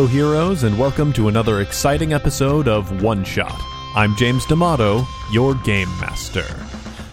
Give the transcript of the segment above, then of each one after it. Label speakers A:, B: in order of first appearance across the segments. A: listeners, and welcome to another exciting episode of One Shot. I'm James D'Amato, your game master.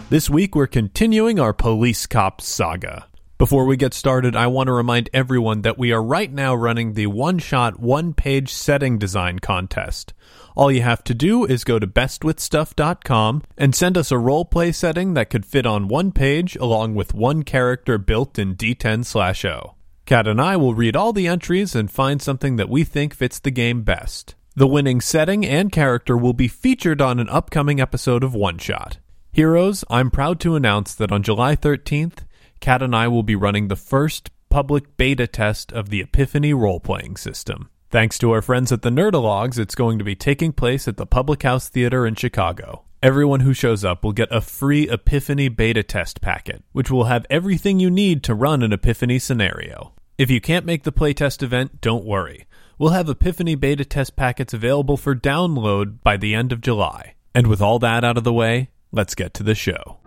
A: This week, we're continuing our police cop saga. Before we get started, I want to remind everyone that we are right now running the one shot, one page setting design contest. All you have to do is go to bestwithstuff.com and send us a roleplay setting that could fit on one page along with one character built in D10/O. Kat and I will read all the entries and find something that we think fits the game best. The winning setting and character will be featured on an upcoming episode of One Shot. Heroes, I'm proud to announce that on July 13th, Kat and I will be running the first public beta test of the Epiphany role playing system. Thanks to our friends at the Nerdalogs, it's going to be taking place at the Public House Theater in Chicago. Everyone who shows up will get a free Epiphany beta test packet, which will have everything you need to run an Epiphany scenario. If you can't make the playtest event, don't worry. We'll have Epiphany beta test packets available for download by the end of July. And with all that out of the way, let's get to the show.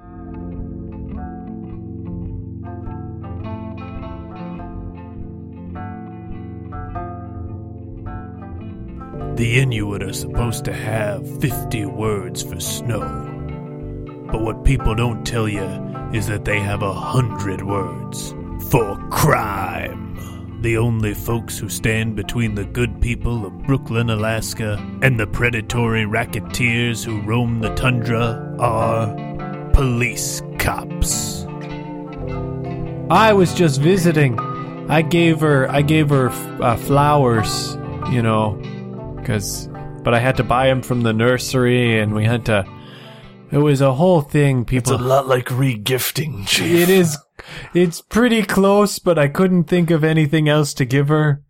A: The Inuit are supposed to have 50 words for snow. But what people don't tell you is that they have a hundred words for crime. The only folks who stand between the good people of Brooklyn, Alaska, and the predatory racketeers who roam the tundra are police cops.
B: I was just visiting. I gave her I gave her uh, flowers, you know, cuz but I had to buy them from the nursery and we had to it was a whole thing
C: It's a
B: people
C: lot like regifting, Chief.
B: It is it's pretty close but I couldn't think of anything else to give her.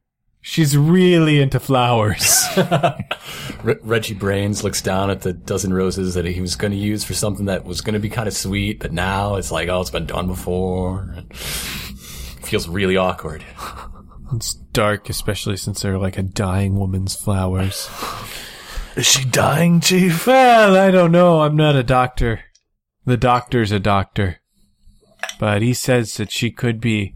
B: She's really into flowers.
D: Re- Reggie Brains looks down at the dozen roses that he was going to use for something that was going to be kind of sweet, but now it's like, oh, it's been done before. Feels really awkward.
B: it's dark especially since they're like a dying woman's flowers.
C: Is she dying, Chief?
B: Well, I don't know. I'm not a doctor. The doctor's a doctor. But he says that she could be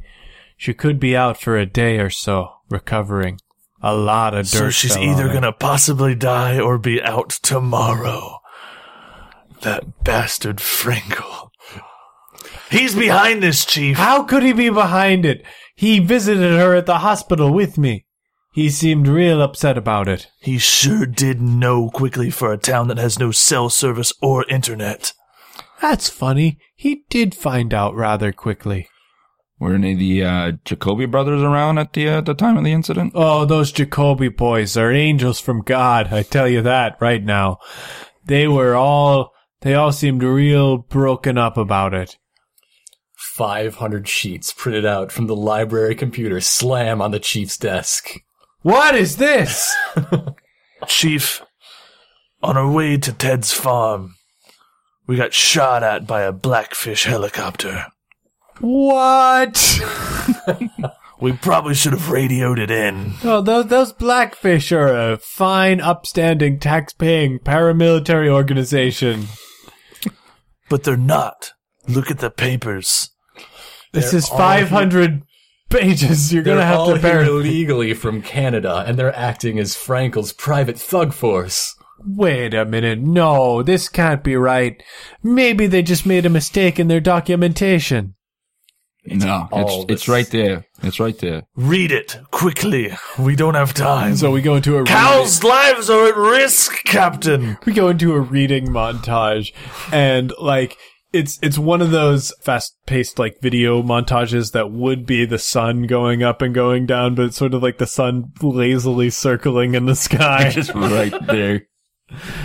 B: she could be out for a day or so recovering. A lot of dirt.
C: So she's
B: fell on
C: either
B: her.
C: gonna possibly die or be out tomorrow. That bastard Frankel. He's behind this, Chief.
B: How could he be behind it? He visited her at the hospital with me. He seemed real upset about it.
C: He sure did know quickly for a town that has no cell service or internet.
B: That's funny. He did find out rather quickly.
E: Were any of the uh, Jacoby brothers around at the uh, the time of the incident?
B: Oh, those Jacoby boys are angels from God. I tell you that right now. They were all, they all seemed real broken up about it.
D: 500 sheets printed out from the library computer slam on the chief's desk.
B: What is this?
C: Chief, on our way to Ted's farm, we got shot at by a blackfish helicopter.
B: what?
C: We probably should have radioed it in.
B: Oh, those, those Blackfish are a fine, upstanding, tax-paying paramilitary organization.
C: but they're not. Look at the papers.
B: This
D: They're
B: is
D: all
B: 500 pages. You're
D: They're
B: gonna have
D: all
B: to bear.
D: here illegally from Canada, and they're acting as Frankel's private thug force.
B: Wait a minute. No, this can't be right. Maybe they just made a mistake in their documentation.
E: no,
D: all
E: it's
D: this-
E: it's right there. It's right there.
C: Read it quickly. We don't have time.
B: So we go into a
C: Cows' lives are at risk, Captain.
B: we go into a reading montage and like it's it's one of those fast paced like video montages that would be the sun going up and going down, but it's sort of like the sun lazily circling in the sky.
E: It's right there.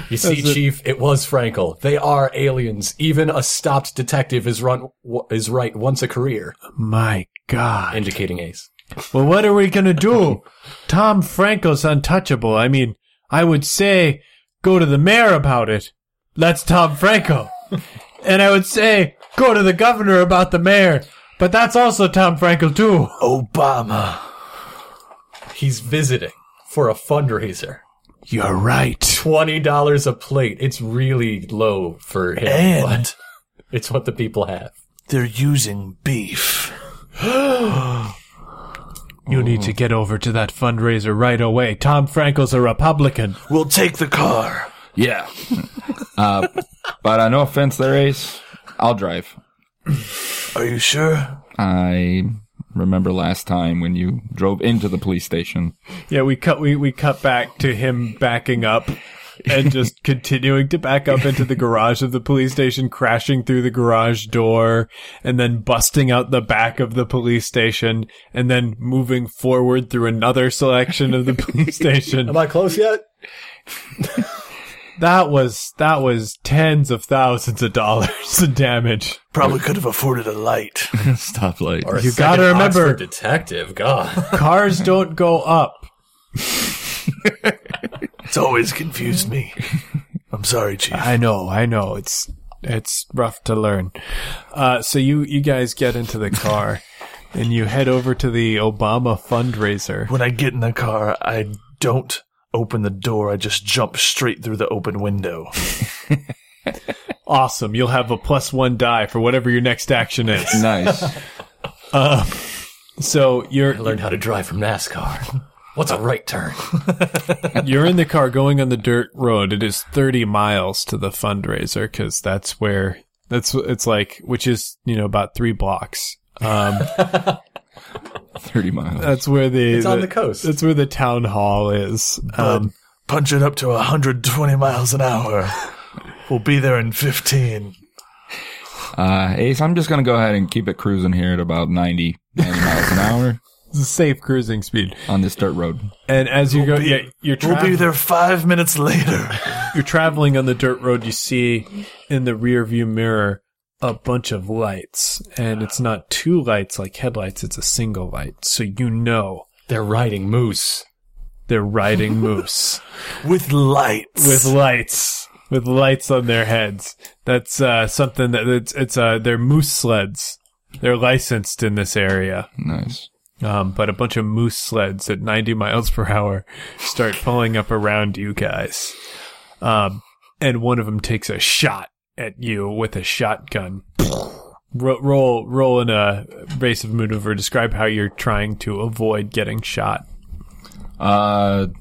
D: You see,
B: That's it.
D: Chief, it was Frankel. They are aliens. Even a stopped detective is run w- is right once a career,
B: My God.
D: indicating Ace.
B: Well what are we gonna do? Tom Frankel's untouchable. I mean, I would say go to the mayor about it. That's Tom Franco. and I would say go to the governor about the mayor. But that's also Tom Frankel too.
C: Obama,
D: He's visiting for a fundraiser.
B: You're right.
D: Twenty dollars a plate. It's really low for him,
C: and
D: but it's what the people have.
C: they're using beef.
B: You need to get over to that fundraiser right away. Tom Frankel's a Republican.
C: We'll take the car.
E: Yeah. uh, but uh, no offense there, Ace. I'll drive.
C: Are you sure?
E: I remember last time when you drove into the police station.
B: Yeah, we cut we, we cut back to him backing up and just continuing to back up into the garage of the police station, crashing through the garage door, and then busting out the back of the police station, and then moving forward through another selection of the police station.
F: Am I close yet?
B: That was that was tens of thousands of dollars in damage.
C: Probably could have afforded a light.
E: Stoplight.
D: Or a
B: You gotta
D: second Oxford
B: remember-
D: detective. God,
B: Cars don't go up.
C: It's always confused me. I'm sorry, Chief.
B: I know, I know. It's it's rough to learn. Uh, so you you guys get into the car and you head over to the Obama fundraiser.
C: When I get in the car, I don't open the door. I just jump straight through the open window.
B: Awesome. You'll have a plus one die for whatever your next action is.
E: Nice.
B: So you're
D: I learned how to drive from NASCAR. What's a right turn?
B: you're in the car going on the dirt road. It is 30 miles to the fundraiser because that's where that's it's like which is you know about three blocks. Um,
E: 30 miles.
B: that's where the
D: It's on the coast.
B: That's where the town hall is. Um,
C: Punch it up to 120 miles an hour. We'll be there in 15.
E: Uh, Ace, I'm just going to go ahead and keep it cruising here at about 90, 90 miles an hour
B: it's a safe cruising speed.
E: on this dirt road.
B: And as you go,
C: be-
B: yeah, you're,
C: We'll be
B: traveling-
C: there five minutes later.
B: you're traveling on the dirt road. You see in the rear view mirror a bunch of lights, and it's not two lights like headlights, it's a single light. So you know
D: They're riding moose.
B: they're riding moose
C: With lights.
B: with lights, with lights on their heads. That's uh, something that it's, it's uh, they're moose sleds. They're licensed in this area.
E: Nice.
B: Um, but a bunch of moose sleds at 90 miles per hour start pulling up around you guys. Um, and one of them takes a shot at you with a shotgun. Ro- roll, roll in a race of maneuver. Describe how you're trying to avoid getting shot.
E: Uh,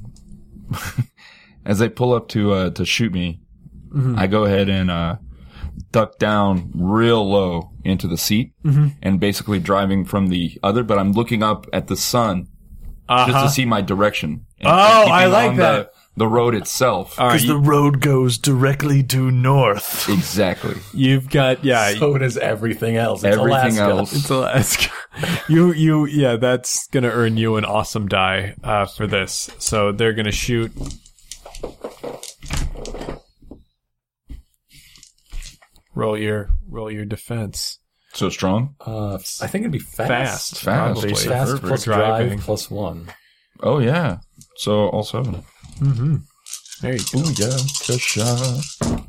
E: as they pull up to, uh, to shoot me,
B: Mm-hmm.
E: I go ahead and, uh, duck down real low into the seat
B: Mm-hmm.
E: and basically driving from the other, but I'm looking up at the sun just to see my direction. And- and
B: Uh-huh. Oh, I
E: keeping
B: like
E: on
B: that.
E: The, the road itself.
C: Because the road goes directly due north.
E: Exactly.
B: You've got, yeah,
D: So does everything else. It's
E: Everything
D: Alaska.
E: else.
B: it's Alaska. you, you, yeah, that's gonna earn you an awesome die, uh, for this. So they're gonna shoot. Roll your, roll your defense.
E: So strong.
D: Uh, I think it'd be fast.
B: Fast.
E: Fast.
B: Probably.
E: Wait.
D: Fast
B: Perfect.
D: plus
B: Driving.
D: drive plus one.
E: Oh yeah. So all seven.
B: There you go.
E: Ooh yeah. Kesha.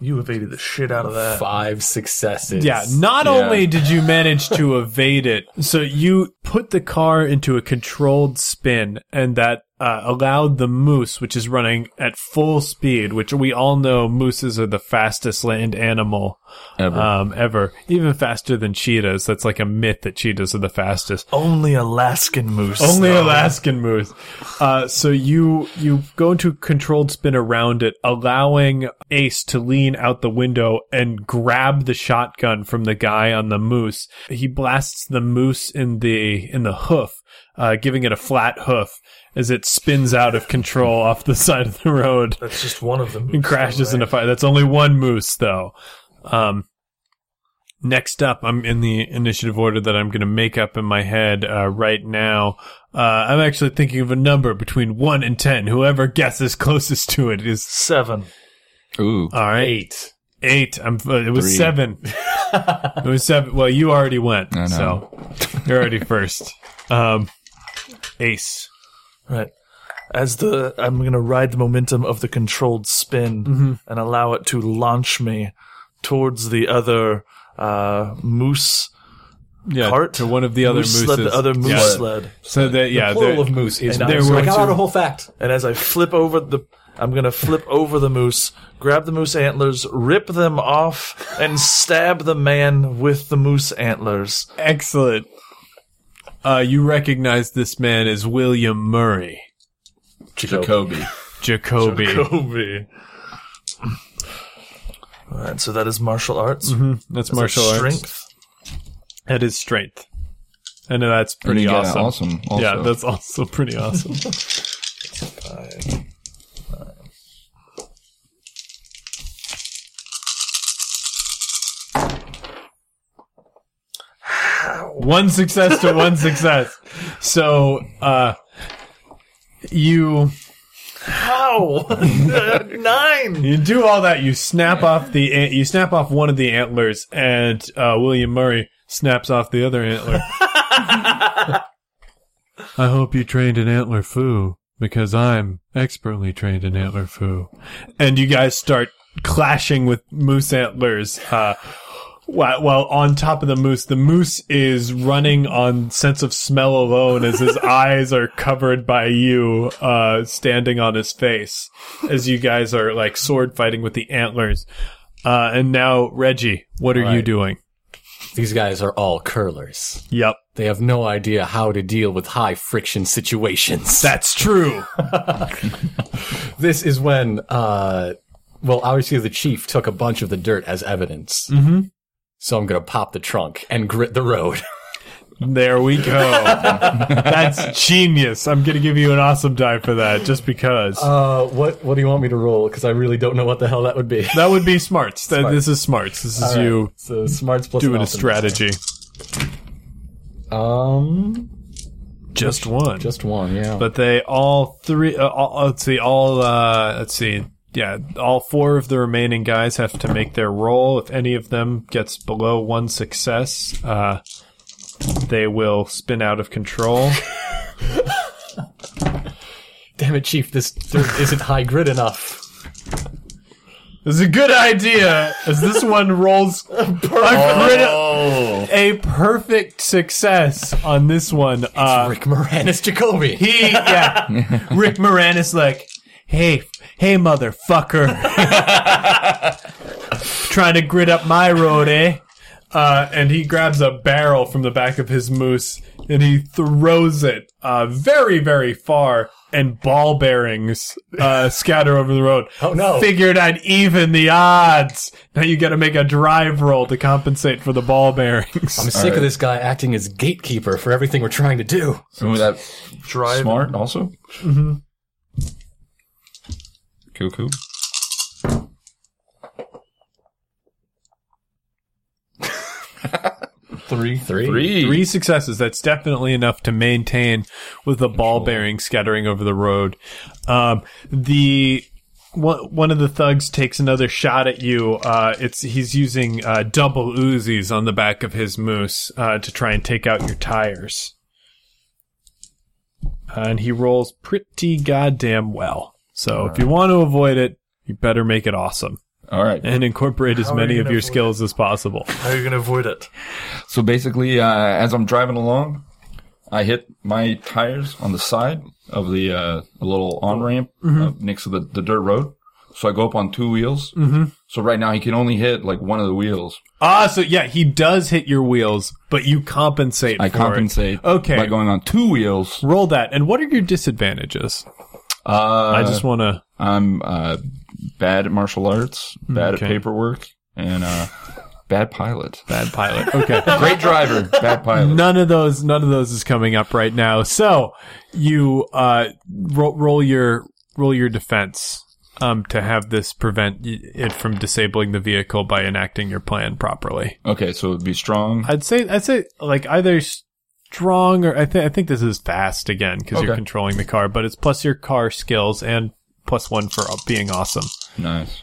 C: You evaded the shit out of that.
D: Five successes.
B: Yeah, not
E: Yeah.
B: only did you manage to evade it, so you put the car into a controlled spin, and that uh, allowed the moose, which is running at full speed, which we all know mooses are the fastest land animal
E: Ever.
B: um, ever, even faster than cheetahs. That's like a myth that cheetahs are the fastest.
C: Only Alaskan moose.
B: Only
C: though.
B: Alaskan moose. Uh, so you you go into controlled spin around it, allowing Ace to lean out the window and grab the shotgun from the guy on the moose. He blasts the moose in the in the hoof, uh, giving it a flat hoof as it spins out of control off the side of the road
C: That's just one of them.
B: and crashes into fire. That's only one moose, though. Um, next up, I'm in the initiative order that I'm going to make up in my head uh, right now. Uh, I'm actually thinking of a number between one and ten. Whoever guesses closest to it is
C: Seven.
E: Ooh.
B: all right.
D: Eight.
B: Eight. I'm. Uh, it was
E: Three.
B: seven. it was seven. Well, you already went,
E: know.
B: so you're already first. Um, ace.
C: Right. As the I'm gonna ride the momentum of the controlled spin
B: Mm-hmm.
C: and allow it to launch me towards the other uh, moose
B: Yeah,
C: Cart?
B: to one of the other
C: moose
B: mooses.
C: sled, the other moose
B: Yeah.
C: sled.
B: So that yeah,
D: Plural
B: they're-
D: of moose is
B: there
D: moose.
B: were
D: I got
B: two-
D: out a whole fact.
C: And as I flip over the, I'm gonna flip over the moose, grab the moose antlers, rip them off, and stab the man with the moose antlers.
B: Excellent. Uh, you recognize this man as William Murray.
E: Jacoby.
B: Jacoby.
C: Kobe. All right, so that is martial arts.
B: That's
C: Is that
B: Mm-hmm. martial arts.
C: Strength.
B: That is strength. And that's
E: And
B: pretty
E: you got
B: awesome.
E: an awesome. Also.
B: Yeah, that's also pretty awesome. one success to one success. So, uh, you
C: How? Nine.
B: you do all that. You snap off the ant- you snap off one of the antlers, and uh, William Murray snaps off the other antler. I hope you trained in antler foo because I'm expertly trained in antler foo. And you guys start clashing with moose antlers. Uh, while, while on top of the moose, the moose is running on sense of smell alone as his eyes are covered by you, uh, standing on his face as you guys are like sword fighting with the antlers. Uh, and now Reggie, what are you
D: Right.
B: doing?
D: These guys are all curlers.
B: Yep.
D: They have no idea how to deal with high friction situations.
B: That's true.
D: this is when, uh, well, obviously the chief took a bunch of the dirt as evidence. Mm-hmm. So I'm gonna pop the trunk and grit the road.
B: There we go. That's genius. I'm going to give you an awesome die for that just because.
D: Uh, what what do you want me to roll? Because I really don't know what the hell that would be.
B: that would be smarts. That This is smarts. This is you
D: So smarts plus
B: doing a
D: awesome.
B: strategy.
D: Um,
B: Just one.
D: just one, yeah.
B: but they all three, uh, all, let's see, all, uh, let's see. Yeah, all four of the remaining guys have to make their roll. If any of them gets below one success, uh, they will spin out of control.
D: damn it, chief, this dirt isn't high grit enough.
B: This is a good idea, as this one rolls a, crit- a perfect success on this one. Uh,
D: Rick Moranis Jacoby.
B: he, yeah, Rick Moranis, like, hey, hey, motherfucker, trying to grit up my road, eh? Uh, and he grabs a barrel from the back of his moose and he throws it uh, very, very far, and ball bearings uh, scatter over the road.
D: Oh, no.
B: Figured I'd even the odds. Now you got to make a drive roll to compensate for the ball bearings.
D: I'm sick of this guy acting as gatekeeper for everything we're trying to do.
E: Remember that
C: Drive.
E: smart also? Mm-hmm. Cool, cool.
D: Three, three,
E: Three.
B: Three successes. That's definitely enough to maintain with the ball bearing scattering over the road. Um, the one, one of the thugs takes another shot at you. Uh, it's he's using uh, double Uzis on the back of his moose uh, to try and take out your tires, Uh, and he rolls pretty goddamn well. So if you want to avoid it, you better make it awesome
E: All right.
B: and incorporate as
C: How are
B: many
C: you
B: of
C: gonna
B: your
C: avoid it?
B: skills as possible.
C: How are you going to avoid it?
E: So basically, uh, as I'm driving along, I hit my tires on the side of the uh, little on ramp uh, next to the, the dirt road. So I go up on two wheels. Mm-hmm. So right now he can only hit like one of the wheels.
B: Ah, so yeah, he does hit your wheels, but you compensate.
E: I
B: for
E: compensate
B: It. Okay,
E: by going on two wheels.
B: roll that. And what are your disadvantages?
E: Uh,
B: I just want to.
E: I'm uh, bad at martial arts, bad
B: Okay.
E: at paperwork, and uh, bad pilot.
B: Bad pilot. Okay.
E: Great driver, bad pilot.
B: None of those, none of those is coming up right now. So you uh, ro- roll your roll your defense um, to have this prevent y- it from disabling the vehicle by enacting your plan properly.
E: Okay, so it'd be strong.
B: I'd say I'd say like either strong or I think I think this is fast again because you're
E: Okay.
B: controlling the car, but it's plus your car skills and plus one for being awesome.
E: Nice.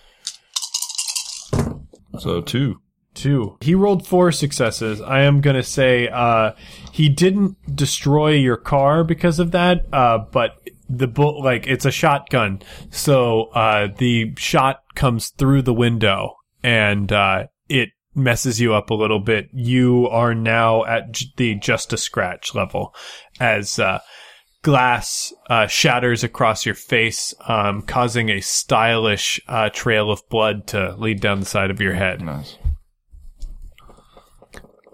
E: So two.
B: Two. He rolled four successes. I am going to say uh, he didn't destroy your car because of that, uh, but the bull like it's a shotgun, so uh, the shot comes through the window and uh, it messes you up a little bit. You are now at j- the just a scratch level, as uh, glass uh, shatters across your face, um, causing a stylish uh, trail of blood to lead down the side of your head.
E: Nice.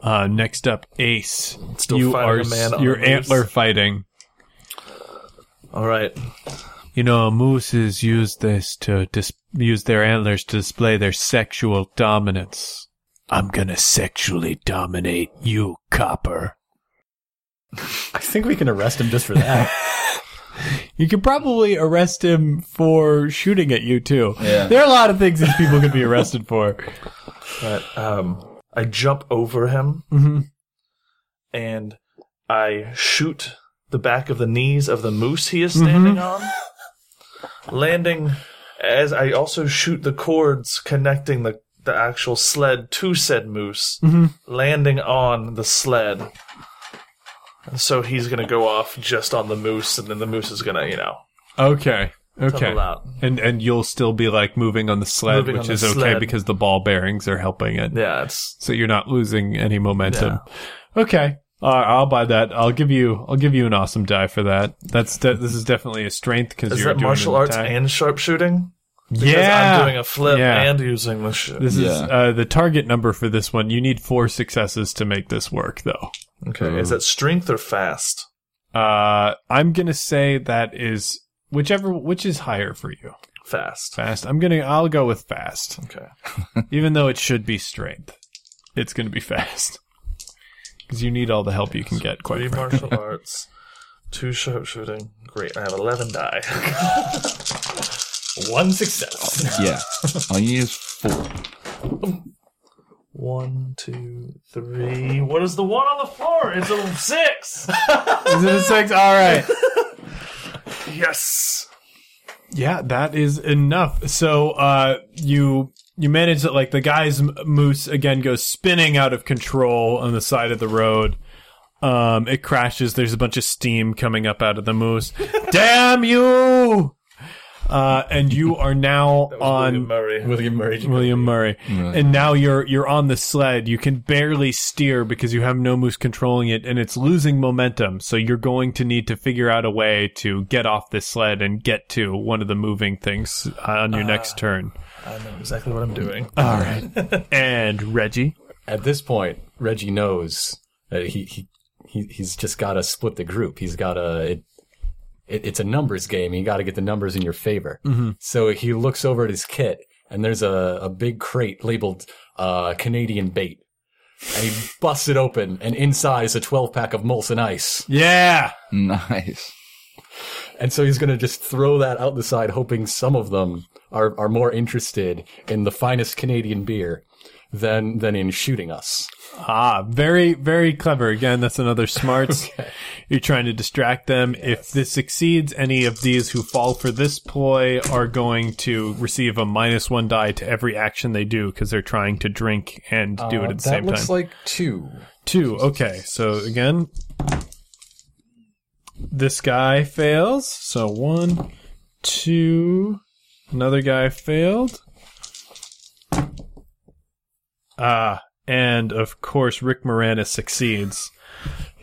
B: Uh, next up, Ace.
C: Still
B: you
C: fighting
B: are
C: a man on
B: your
C: a moose.
B: antler fighting.
C: All right.
G: You know, mooses use this to dis- use their antlers to display their sexual dominance. I'm gonna sexually dominate you, copper.
D: I think we can arrest him just for that.
B: You could probably arrest him for shooting at you too.
E: Yeah.
B: There are a lot of things these people could be arrested for.
C: But um, I jump over him
B: Mm-hmm.
C: and I shoot the back of the knees of the moose he is standing
B: Mm-hmm.
C: on, landing as I also shoot the cords connecting the, the actual sled to said moose,
B: Mm-hmm.
C: landing on the sled. And so he's going to go off just on the moose, and then the moose is going to, you know,
B: Okay. Okay.
C: tumble out.
B: And and you'll still be like moving on the sled,
C: Moving on
B: which
C: the
B: is okay
C: sled.
B: because the ball bearings are helping it.
C: Yeah, it's
B: So you're not losing any momentum. Okay. Uh, I'll buy that. I'll give you. I'll give you an awesome die for that. That's de- this is definitely a strength because
C: is
B: you're
C: that
B: doing
C: martial
B: an
C: arts
B: attack.
C: and sharpshooting? Because
B: yeah.
C: I'm doing a flip
B: Yeah.
C: and using the shit.
B: this is
E: Yeah.
B: uh, the target number for this one. You need four successes to make this work, though.
C: Okay, is that strength or fast?
B: Uh, I'm gonna say that is whichever which is higher for you.
C: Fast.
B: Fast. I'm gonna. I'll go with fast,
C: Okay.
B: even though it should be strength. It's gonna be fast because you need all the help you can get. Quite
C: Three
B: frankly.
C: martial arts, two sharpshooting. Great, I have 11 die.
D: One success.
E: Yeah. All you need is four.
C: One, two, three. What is the one on the floor? It's a six!
B: Is it a six? All right.
C: yes!
B: Yeah, that is enough. So uh, you you manage that like the guy's m- moose again goes spinning out of control on the side of the road. Um, it crashes. There's a bunch of steam coming up out of the moose. Damn you! Uh, and you are now on
C: William Murray.
D: William Murray.
B: William Murray. And now you're you're on the sled. You can barely steer because you have no moose controlling it and it's losing momentum. So you're going to need to figure out a way to get off this sled and get to one of the moving things uh, on your next turn.
C: I know exactly what I'm doing.
B: All right. and Reggie,
D: At this point, Reggie knows that he, he, he he's just got to split the group. He's got to. It, it, it's a numbers game. You got to get the numbers in your favor. So he looks over at his kit, and there's a, a big crate labeled uh, Canadian bait. And he busts it open, and inside is a 12 pack of Molson Ice.
B: yeah,
E: Nice.
D: And so he's going to just throw that out the side, hoping some of them are, are more interested in the finest Canadian beer than than in shooting us.
B: ah, very very clever. Again, that's another smarts. You're trying to distract them. If this succeeds, any of these who fall for this ploy are going to receive a minus one die to every action they do because they're trying to drink and do it at the
D: Uh, that
B: same time.
D: looks like two.
B: Two. Okay. So again, this guy fails. So one, two. Another guy failed. Ah, and of course, Rick Moranis succeeds.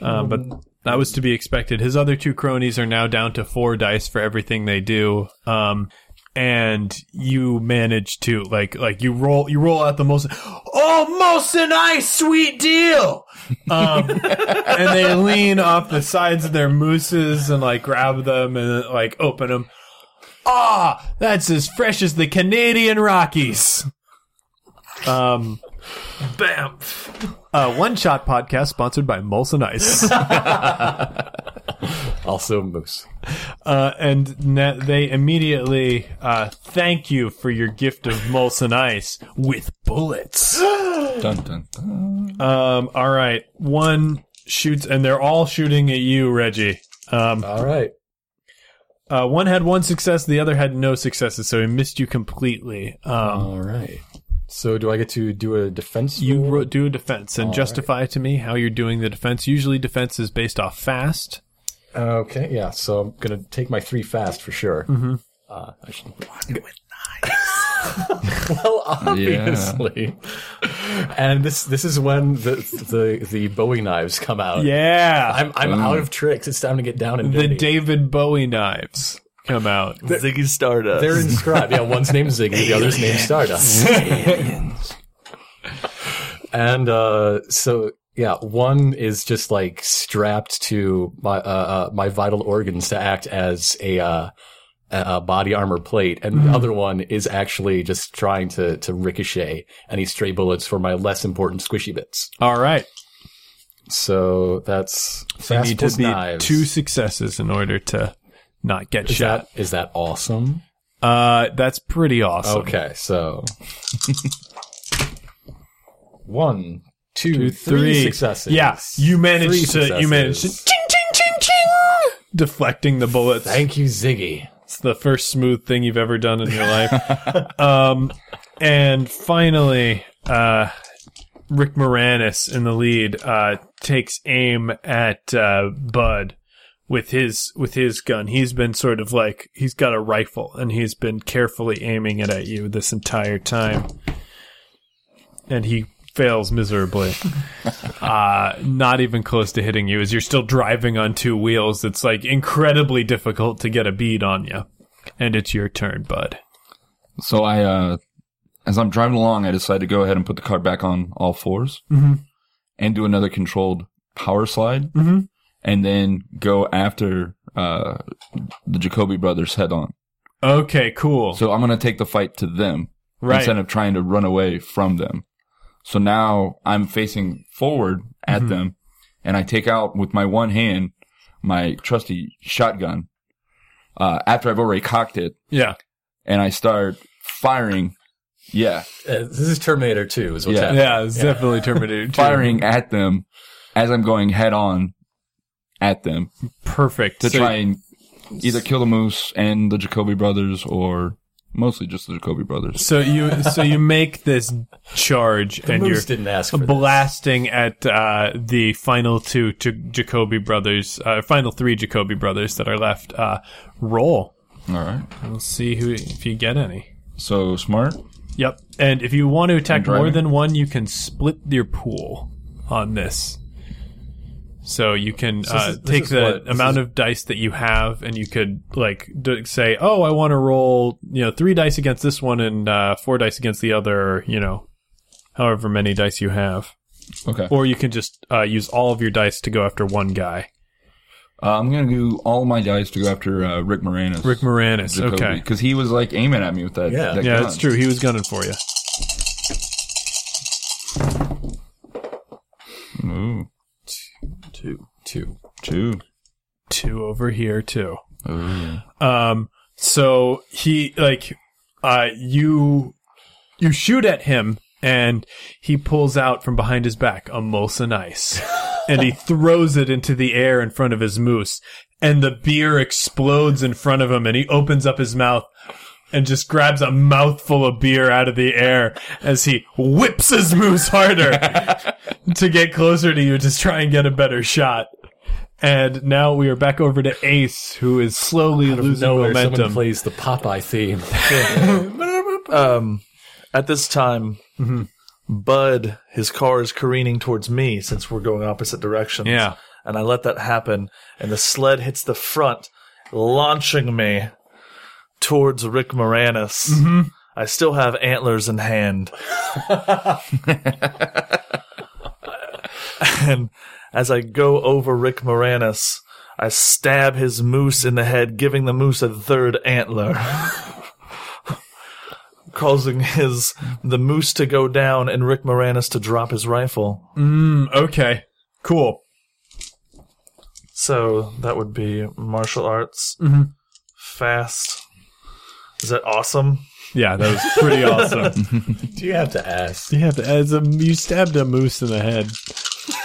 B: Uh, but that was to be expected. His other two cronies are now down to four dice for everything they do. Um, and you manage to like like you roll you roll out the most oh Molson Ice sweet deal, um, and they lean off the sides of their mooses and like grab them and like open them. Ah, that's as fresh as the Canadian Rockies. Um,
C: Bam!
B: a one shot podcast sponsored by Molson Ice.
D: Also moose.
B: Uh, and na they immediately uh, thank you for your gift of Molson Ice with bullets.
E: Dun dun dun.
B: Um, all right, one shoots, and they're all shooting at you, Reggie. Um,
D: All right.
B: uh, one had one success, the other had no successes, so he missed you completely. Um,
D: All right. So do I get to do a defense?
B: you
D: roll?
B: ro- do a defense and justify to me how you're doing the defense. Usually, defense is based off fast.
D: okay. Yeah. So I'm gonna take my three fast for sure. Mm-hmm. Uh, I should well, obviously. And this this is when the the the Bowie knives come out.
B: Yeah,
D: I'm I'm out of tricks. It's time to get down and
B: the
D: dirty.
B: David Bowie knives come out.
C: Ziggy Stardust.
D: They're inscribed. Yeah, one's named Ziggy, the other's named Stardust. and uh, so Yeah, one is just like strapped to my uh, uh, my vital organs to act as a uh, a a body armor plate, and
B: Mm-hmm.
D: the other one is actually just trying to to ricochet any stray bullets for my less important squishy bits.
B: All right.
D: So that's
B: You
D: fast
B: need to
D: with
B: be
D: knives.
B: two successes in order to not get
D: is
B: shot.
D: that is that awesome?
B: uh, that's pretty awesome.
D: Okay, so one,
B: Two,
D: two, three
B: three.
D: successes.
B: Yeah, you managed
D: Three
B: to. You managed to.
D: successes.
B: Ching, ching, ching, ching, deflecting the bullets.
D: Thank you, Ziggy.
B: It's the first smooth thing you've ever done in your life. um, and finally, uh, Rick Moranis in the lead uh, takes aim at uh, Bud with his with his gun. He's been sort of like he's got a rifle and he's been carefully aiming it at you this entire time, and he fails miserably. uh, not even close to hitting you. As you're still driving on two wheels, it's like incredibly difficult to get a bead on you. And it's your turn, Bud.
E: So I, uh, as I'm driving along, I decide to go ahead and put the car back on all 4s and do another controlled power slide and then go after, uh, the Jacoby brothers head on.
B: Okay, cool.
E: So I'm going to take the fight to them
B: Right.
E: instead of trying to run away from them. So now I'm facing forward at them and I take out with my one hand my trusty shotgun, uh, after I've already cocked it
B: yeah.
E: and I start firing. Yeah.
D: Uh, this is Terminator 2 is what's
E: Yeah.
D: happening.
B: Yeah, it's definitely Terminator 2.
E: firing at them as I'm going head on at them
B: Perfect.
E: to
B: So-
E: try and either kill the moose and the Jacoby brothers or mostly just the Jacoby brothers.
B: so you so you make this charge and
D: Moose
B: you're
D: didn't ask for this.
B: blasting at uh, the final two to Jacoby brothers, uh, final three Jacoby brothers that are left. Uh, roll.
E: All right.
B: We'll see who if you get any.
E: So smart.
B: Yep. And if you want to attack more
E: driving.
B: than one, you can split your pool on this. So you can uh,
D: is- this
B: take
D: is
B: the
D: what- this
B: amount of dice that you have, and you could like d- say, "Oh, I want to roll, you know, three dice against this one and uh, four dice against the other," or, you know, however many dice you have.
E: Okay.
B: Or you can just uh, use all of your dice to go after one guy,
E: Uh, I'm going to do all my dice to go after uh, Rick Moranis.
B: Rick Moranis. Okay,
E: Because he was like aiming at me with that.
D: Yeah.
E: that
B: yeah,
E: gun.
B: that's true. He was gunning for you.
E: Ooh,
D: Two. Two.
E: two.
B: Two over here too.
E: Ooh.
B: Um, so he like, uh, you you shoot at him, and he pulls out from behind his back a Molson Ice, and he throws it into the air in front of his moose, and the beer explodes in front of him, and he opens up his mouth. And just grabs a mouthful of beer out of the air as he whips his moose harder to get closer to you to try and get a better shot. And now we are back over to Ace, who is slowly losing
D: Nowhere someone
B: momentum.
D: plays the Popeye theme.
C: Um, at this time,
B: Mm-hmm.
C: Bud, his car is careening towards me since we're going opposite directions.
B: Yeah.
C: And I let that happen, and the sled hits the front, launching me towards Rick Moranis. I still have antlers in hand. and as I go over Rick Moranis, I stab his moose in the head, giving the moose a third antler causing his the moose to go down and Rick Moranis to drop his rifle.
B: Okay, cool.
C: So that would be martial arts.
B: Mm-hmm.
C: Fast. Is that awesome?
B: Yeah, that was pretty awesome.
D: Do you have to ask?
B: You have to, as a, you stabbed a moose in the head.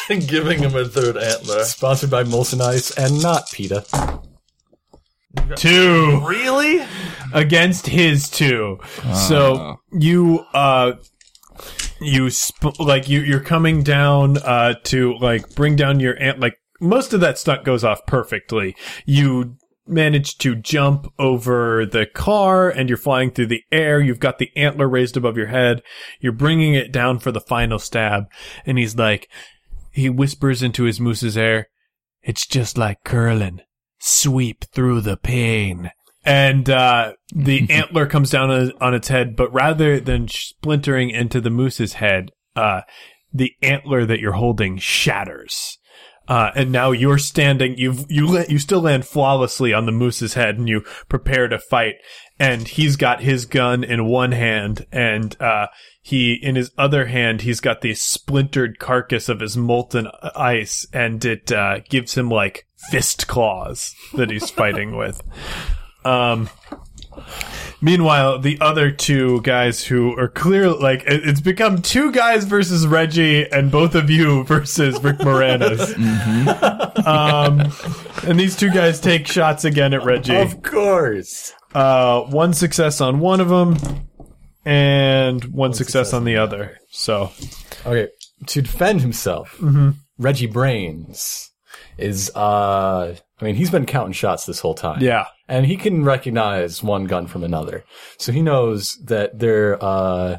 C: Giving him a third antler.
D: Sponsored by Molson Ice and not PETA.
B: Two
C: Really?
B: against his two. so you uh you sp- like you you're coming down uh to like bring down your ant like most of that stunt goes off perfectly. You manage to jump over the car and you're flying through the air. You've got the antler raised above your head. You're bringing it down for the final stab and he's like he whispers into his moose's ear, "It's just like curling. Sweep through the pain." and uh, the antler comes down on, on its head. But rather than splintering into the moose's head, uh, the antler that you're holding shatters. Uh, and now you're standing. You've you la- you still land flawlessly on the moose's head, and you prepare to fight. And he's got his gun in one hand, and uh, he in his other hand he's got the splintered carcass of his molten ice, and it uh, gives him like fist claws that he's fighting with. Um, Meanwhile, the other two guys who are clear, like it- it's become two guys versus Reggie, and both of you versus Rick Moranis. Mm-hmm. um, and these two guys take shots again at Reggie.
D: Of course.
B: Uh, one success on one of them, and one, success, on the other. So
D: Okay, to defend himself,
B: Mm-hmm.
D: Reggie Brains is, uh, I mean, he's been counting shots this whole time.
B: yeah,
D: And he can recognize one gun from another. So he knows that they're, uh,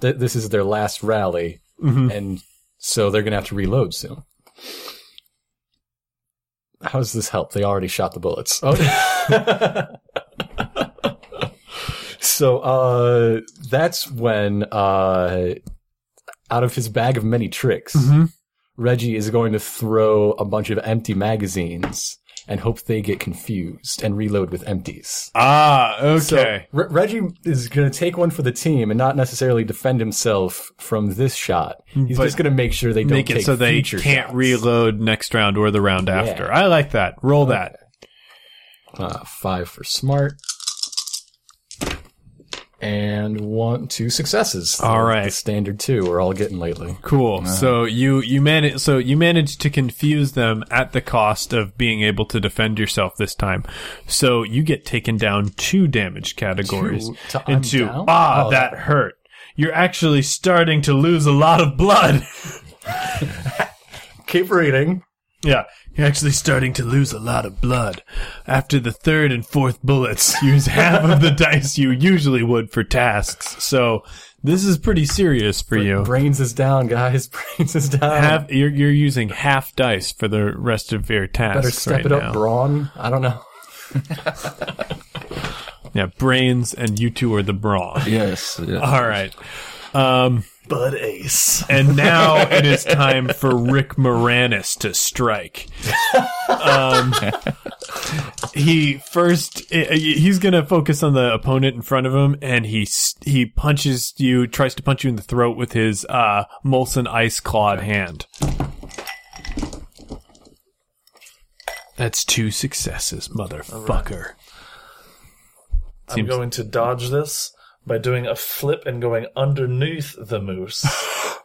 D: th- this is their last rally, and so they're going to have to reload soon. How does this help? They already shot the bullets. Oh. so uh, that's when, uh, out of his bag of many tricks, Reggie is going to throw a bunch of empty magazines and hope they get confused and reload with empties.
B: ah,
D: So
B: okay,
D: Re- Reggie is going to take one for the team and not necessarily defend himself from this shot. He's
B: But
D: just going to make sure they don't
B: make
D: take
B: it so they
D: future
B: can't
D: shots.
B: reload next round or the round after. I like that. Roll that.
D: Uh, five for smart. And one, two successes.
B: All
D: The-
B: right.
D: the standard two we're all getting lately.
B: Cool. So you you manage so you managed to confuse them at the cost of being able to defend yourself this time. So you get taken down two damage categories
D: Two- to- I'm
B: and two.
D: down?
B: Ah,
D: Oh,
B: that hurt. You're actually starting to lose a lot of blood.
D: Keep reading.
B: yeah, you're actually starting to lose a lot of blood. After the third and fourth bullets, use half of the dice you usually would for tasks. So this is pretty serious for you.
D: Brains is down, guys. Brains is down.
B: Half, you're, you're using half dice for the rest of your tasks.
D: Better step
B: right
D: it up,
B: now.
D: brawn. I don't know.
B: Yeah, brains and you two are the brawn.
E: Yes. yes.
B: All right. Um,
C: Bud Ace.
B: and now it is time for Rick Moranis to strike. Um, he first eh, eh, he's going to focus on the opponent in front of him, and he s- he punches you, tries to punch you in the throat with his uh, Molson ice clawed hand. That's two successes, motherfucker.
C: I'm going to dodge this by doing a flip and going underneath the moose,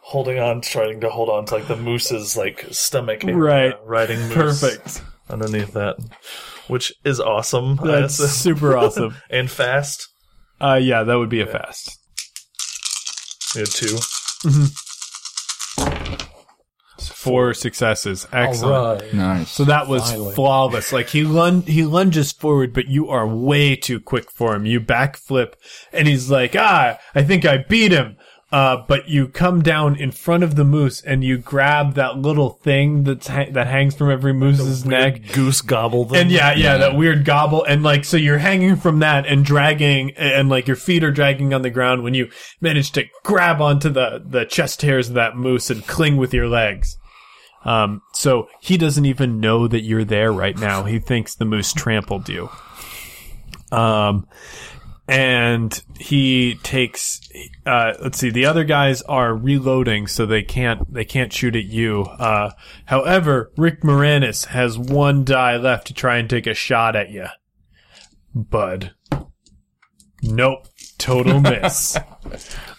C: holding on, trying to hold on to like the moose's like stomach, area,
B: Right.
C: Riding moose
B: Perfect.
C: underneath that, which is awesome. I
B: That's
C: assume.
B: super awesome.
C: and fast.
B: Uh, yeah, that would be a fast.
C: We had two.
B: Four successes. Excellent.
D: Right.
E: Nice.
B: So that was flawless. Like he lun- he lunges forward, but you are way too quick for him. You backflip, and he's like, "Ah, I think I beat him." Uh, but you come down in front of the moose, and you grab that little thing that's ha- that hangs from every moose's neck,
C: Goose gobbled them.
B: and yeah, yeah, that weird gobble, and like so you're hanging from that and dragging, and like your feet are dragging on the ground when you manage to grab onto the the chest hairs of that moose and cling with your legs. Um, so he doesn't even know that you're there right now. He thinks the moose trampled you. Um, and he takes. Uh, let's see. The other guys are reloading, so they can't they can't shoot at you. Uh, however, Rick Moranis has one die left to try and take a shot at you, Bud. Nope, total miss.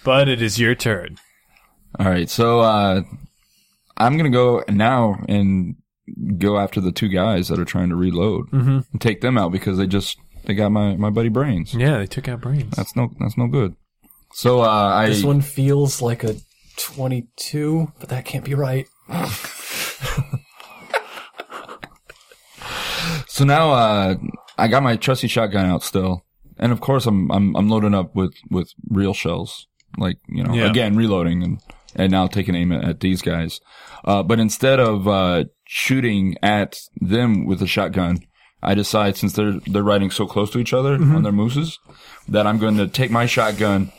B: Bud, it is your turn.
E: All right. So uh, I'm gonna go now and go after the two guys that are trying to reload and take them out because they just they got my my buddy brains.
B: Mm-hmm. Yeah, they took out brains.
E: That's no that's no good. So uh, I
D: This one feels like a 22, but that can't be right.
E: so now uh, I got my trusty shotgun out still, and of course I'm I'm I'm loading up with with real shells, like you know
B: Yeah.
E: again reloading and and now taking aim at, at these guys, uh, but instead of uh, shooting at them with a shotgun. I decide since they're they're riding so close to each other
B: Mm-hmm.
E: on their mooses that I'm going to take my shotgun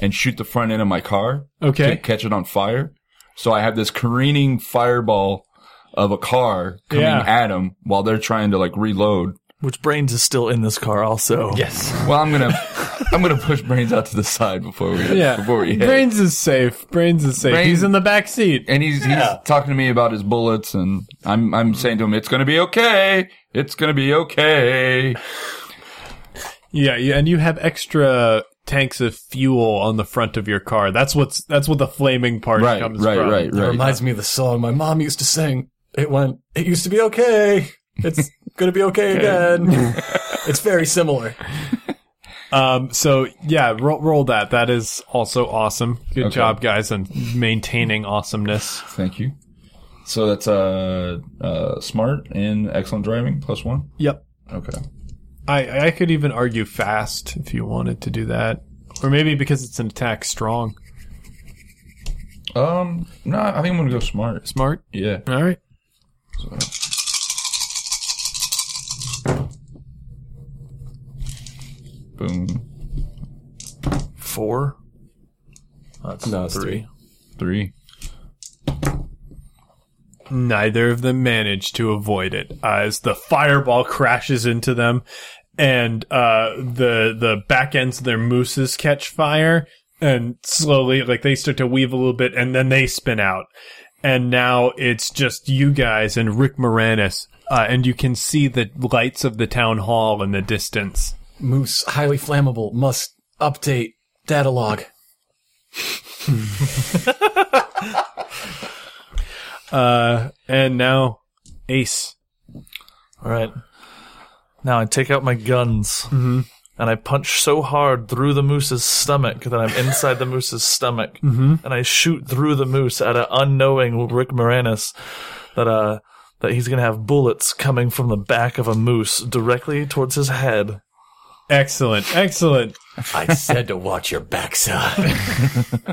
E: and shoot the front end of my car
B: Okay.
E: to catch it on fire. So I have this careening fireball of a car coming
B: Yeah.
E: at him while they're trying to like reload.
C: Which brains is still in this car also.
D: Yes.
E: Well, I'm gonna I'm gonna push brains out to the side before we
B: Yeah.
E: before we hit.
B: Brains is safe. Brains is safe.
E: Brains-
B: He's in the back seat.
E: and he's he's talking to me about his bullets, and I'm I'm saying to him, "It's gonna be okay. It's gonna be okay."
B: Yeah, yeah, and you have extra tanks of fuel on the front of your car. That's what's that's what the flaming part
E: Right,
B: comes
E: right,
B: from.
E: right,
D: It
E: right.
D: reminds me of the song my mom used to sing. It went, it used to be okay. It's going to be okay again. it's very similar.
B: Um, so yeah, roll, roll that. That is also awesome. Good
E: Okay.
B: job, guys, and maintaining awesomeness.
E: Thank you. So that's uh, uh smart and excellent driving plus one.
B: Yep.
E: Okay.
B: I I could even argue fast if you wanted to do that, or maybe because it's an attack strong,
E: Um, no, I think I'm gonna go smart.
B: smart.
E: Yeah.
B: All right.
E: Boom.
C: Four. That's
D: No, it's three.
E: Three.
B: Neither of them manage to avoid it as the fireball crashes into them, and uh, the the back ends of their mooses catch fire, and slowly, like they start to weave a little bit, and then they spin out, and now it's just you guys and Rick Moranis, uh, and you can see the lights of the town hall in the distance.
D: Moose, highly flammable, must update data log.
B: Uh, and now Ace.
C: All right. Now I take out my guns
D: Mm-hmm.
C: and I punch so hard through the moose's stomach that I'm inside the moose's stomach,
D: Mm-hmm.
C: and I shoot through the moose at an unknowing Rick Moranis that uh that he's gonna have bullets coming from the back of a moose directly towards his head.
B: Excellent, excellent.
D: I said to watch your backside.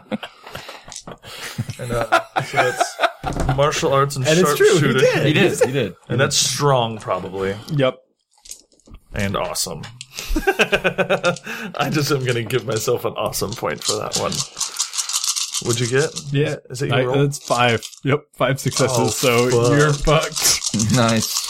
C: And uh, so that's martial arts and,
D: And it's true, he
C: sharpshooter.
D: did.
E: He did. He did.
C: And that's strong, probably,
B: Yep.
C: and awesome. I just am going to give myself an awesome point for that one. Would you get?
B: Yeah.
C: Is it your
B: I-
C: roll?
B: that's five. Yep, five successes.
C: Oh,
B: so
C: fuck.
B: you're fucked.
E: Nice.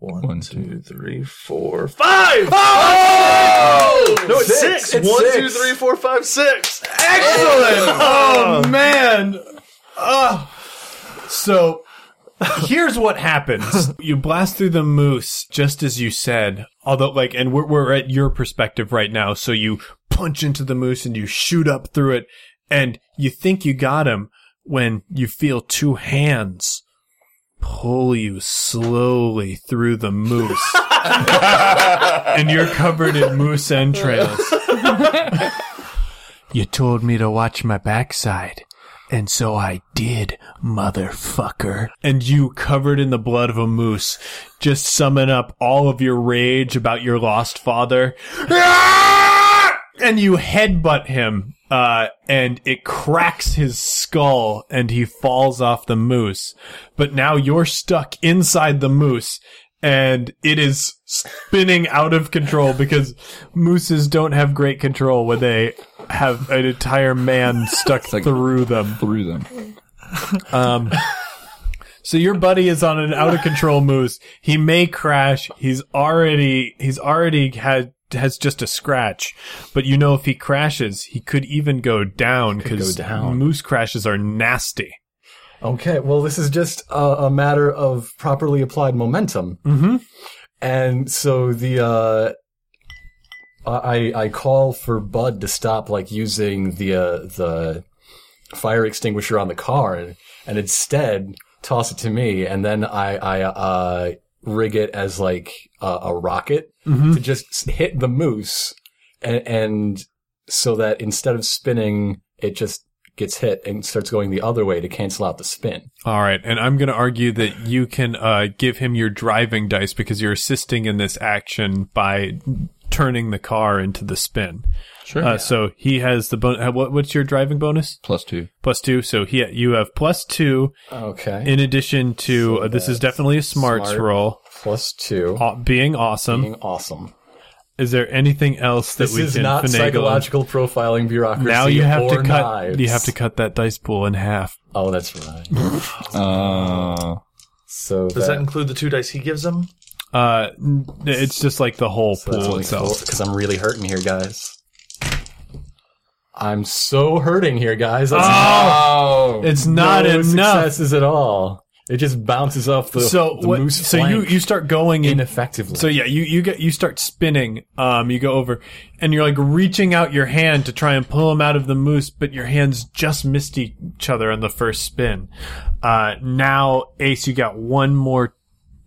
C: One,
E: One,
C: two, three, four, five. No, it's six.
D: It's
C: One,
D: Oh! six.
C: two, three, four, five, six.
B: Oh, man. Oh. So here's what happens. you blast through the moose just as you said. Although like and we're we're at your perspective right now, so you punch into the moose and you shoot up through it and you think you got him when you feel two hands pull you slowly through the moose. and you're covered in moose entrails. You told me to watch my backside. And so I did, motherfucker. And you, covered in the blood of a moose, just summon up all of your rage about your lost father. And you headbutt him, uh, and it cracks his skull and he falls off the moose. But now you're stuck inside the moose and it is spinning out of control because mooses don't have great control when they have an entire man stuck
E: like-
B: through them.
E: Through them.
B: So your buddy is on an out of control moose. He may crash. He's already he's already had has just a scratch, but you know if he crashes, he could even go down because
D: go down.
B: moose crashes are nasty.
D: okay, well, this is just a, a matter of properly applied momentum.
B: Mm-hmm.
D: And so the uh I I call for Bud to stop like using the uh, the fire extinguisher on the car and, and instead toss it to me and then I I uh rig it as like a, a rocket to just s- hit the moose and, and so that instead of spinning it just gets hit and starts going the other way to cancel out the spin.
B: All right, and I'm going to argue that you can uh, give him your driving dice because you're assisting in this action by turning the car into the spin.
E: Sure.
B: Uh, So he has the bon- uh, what, what's your driving bonus?
E: plus two.
B: Plus two. So he you have plus two
D: Okay.
B: in addition to uh, this is definitely a smarts
D: smart.
B: roll
D: Plus two.
B: aw- Uh, being awesome
D: Being awesome.
B: Is there anything else that
D: This
B: we
D: is
B: can
D: not
B: finagle? on?
D: psychological profiling bureaucracy.
B: Now you have to
D: or
B: cut.
D: knives.
B: You have to cut that dice pool in half.
D: Oh, that's right.
E: Uh,
D: So
C: Does that include the two dice he gives him?
B: Uh, n- it's just like the whole pool itself.
D: because I'm really hurting here, guys. I'm so hurting here, guys. That's
E: oh,
B: It's not
D: no
B: enough.
D: successes at all. It just bounces off the
B: So
D: the
B: what?
D: moose
B: So you
D: flank
B: you start going in.
D: ineffectively.
B: So yeah, you you get you start spinning. Um, you go over, and you're like reaching out your hand to try and pull him out of the moose, but your hands just missed each other on the first spin. Uh, now Ace, you got one more.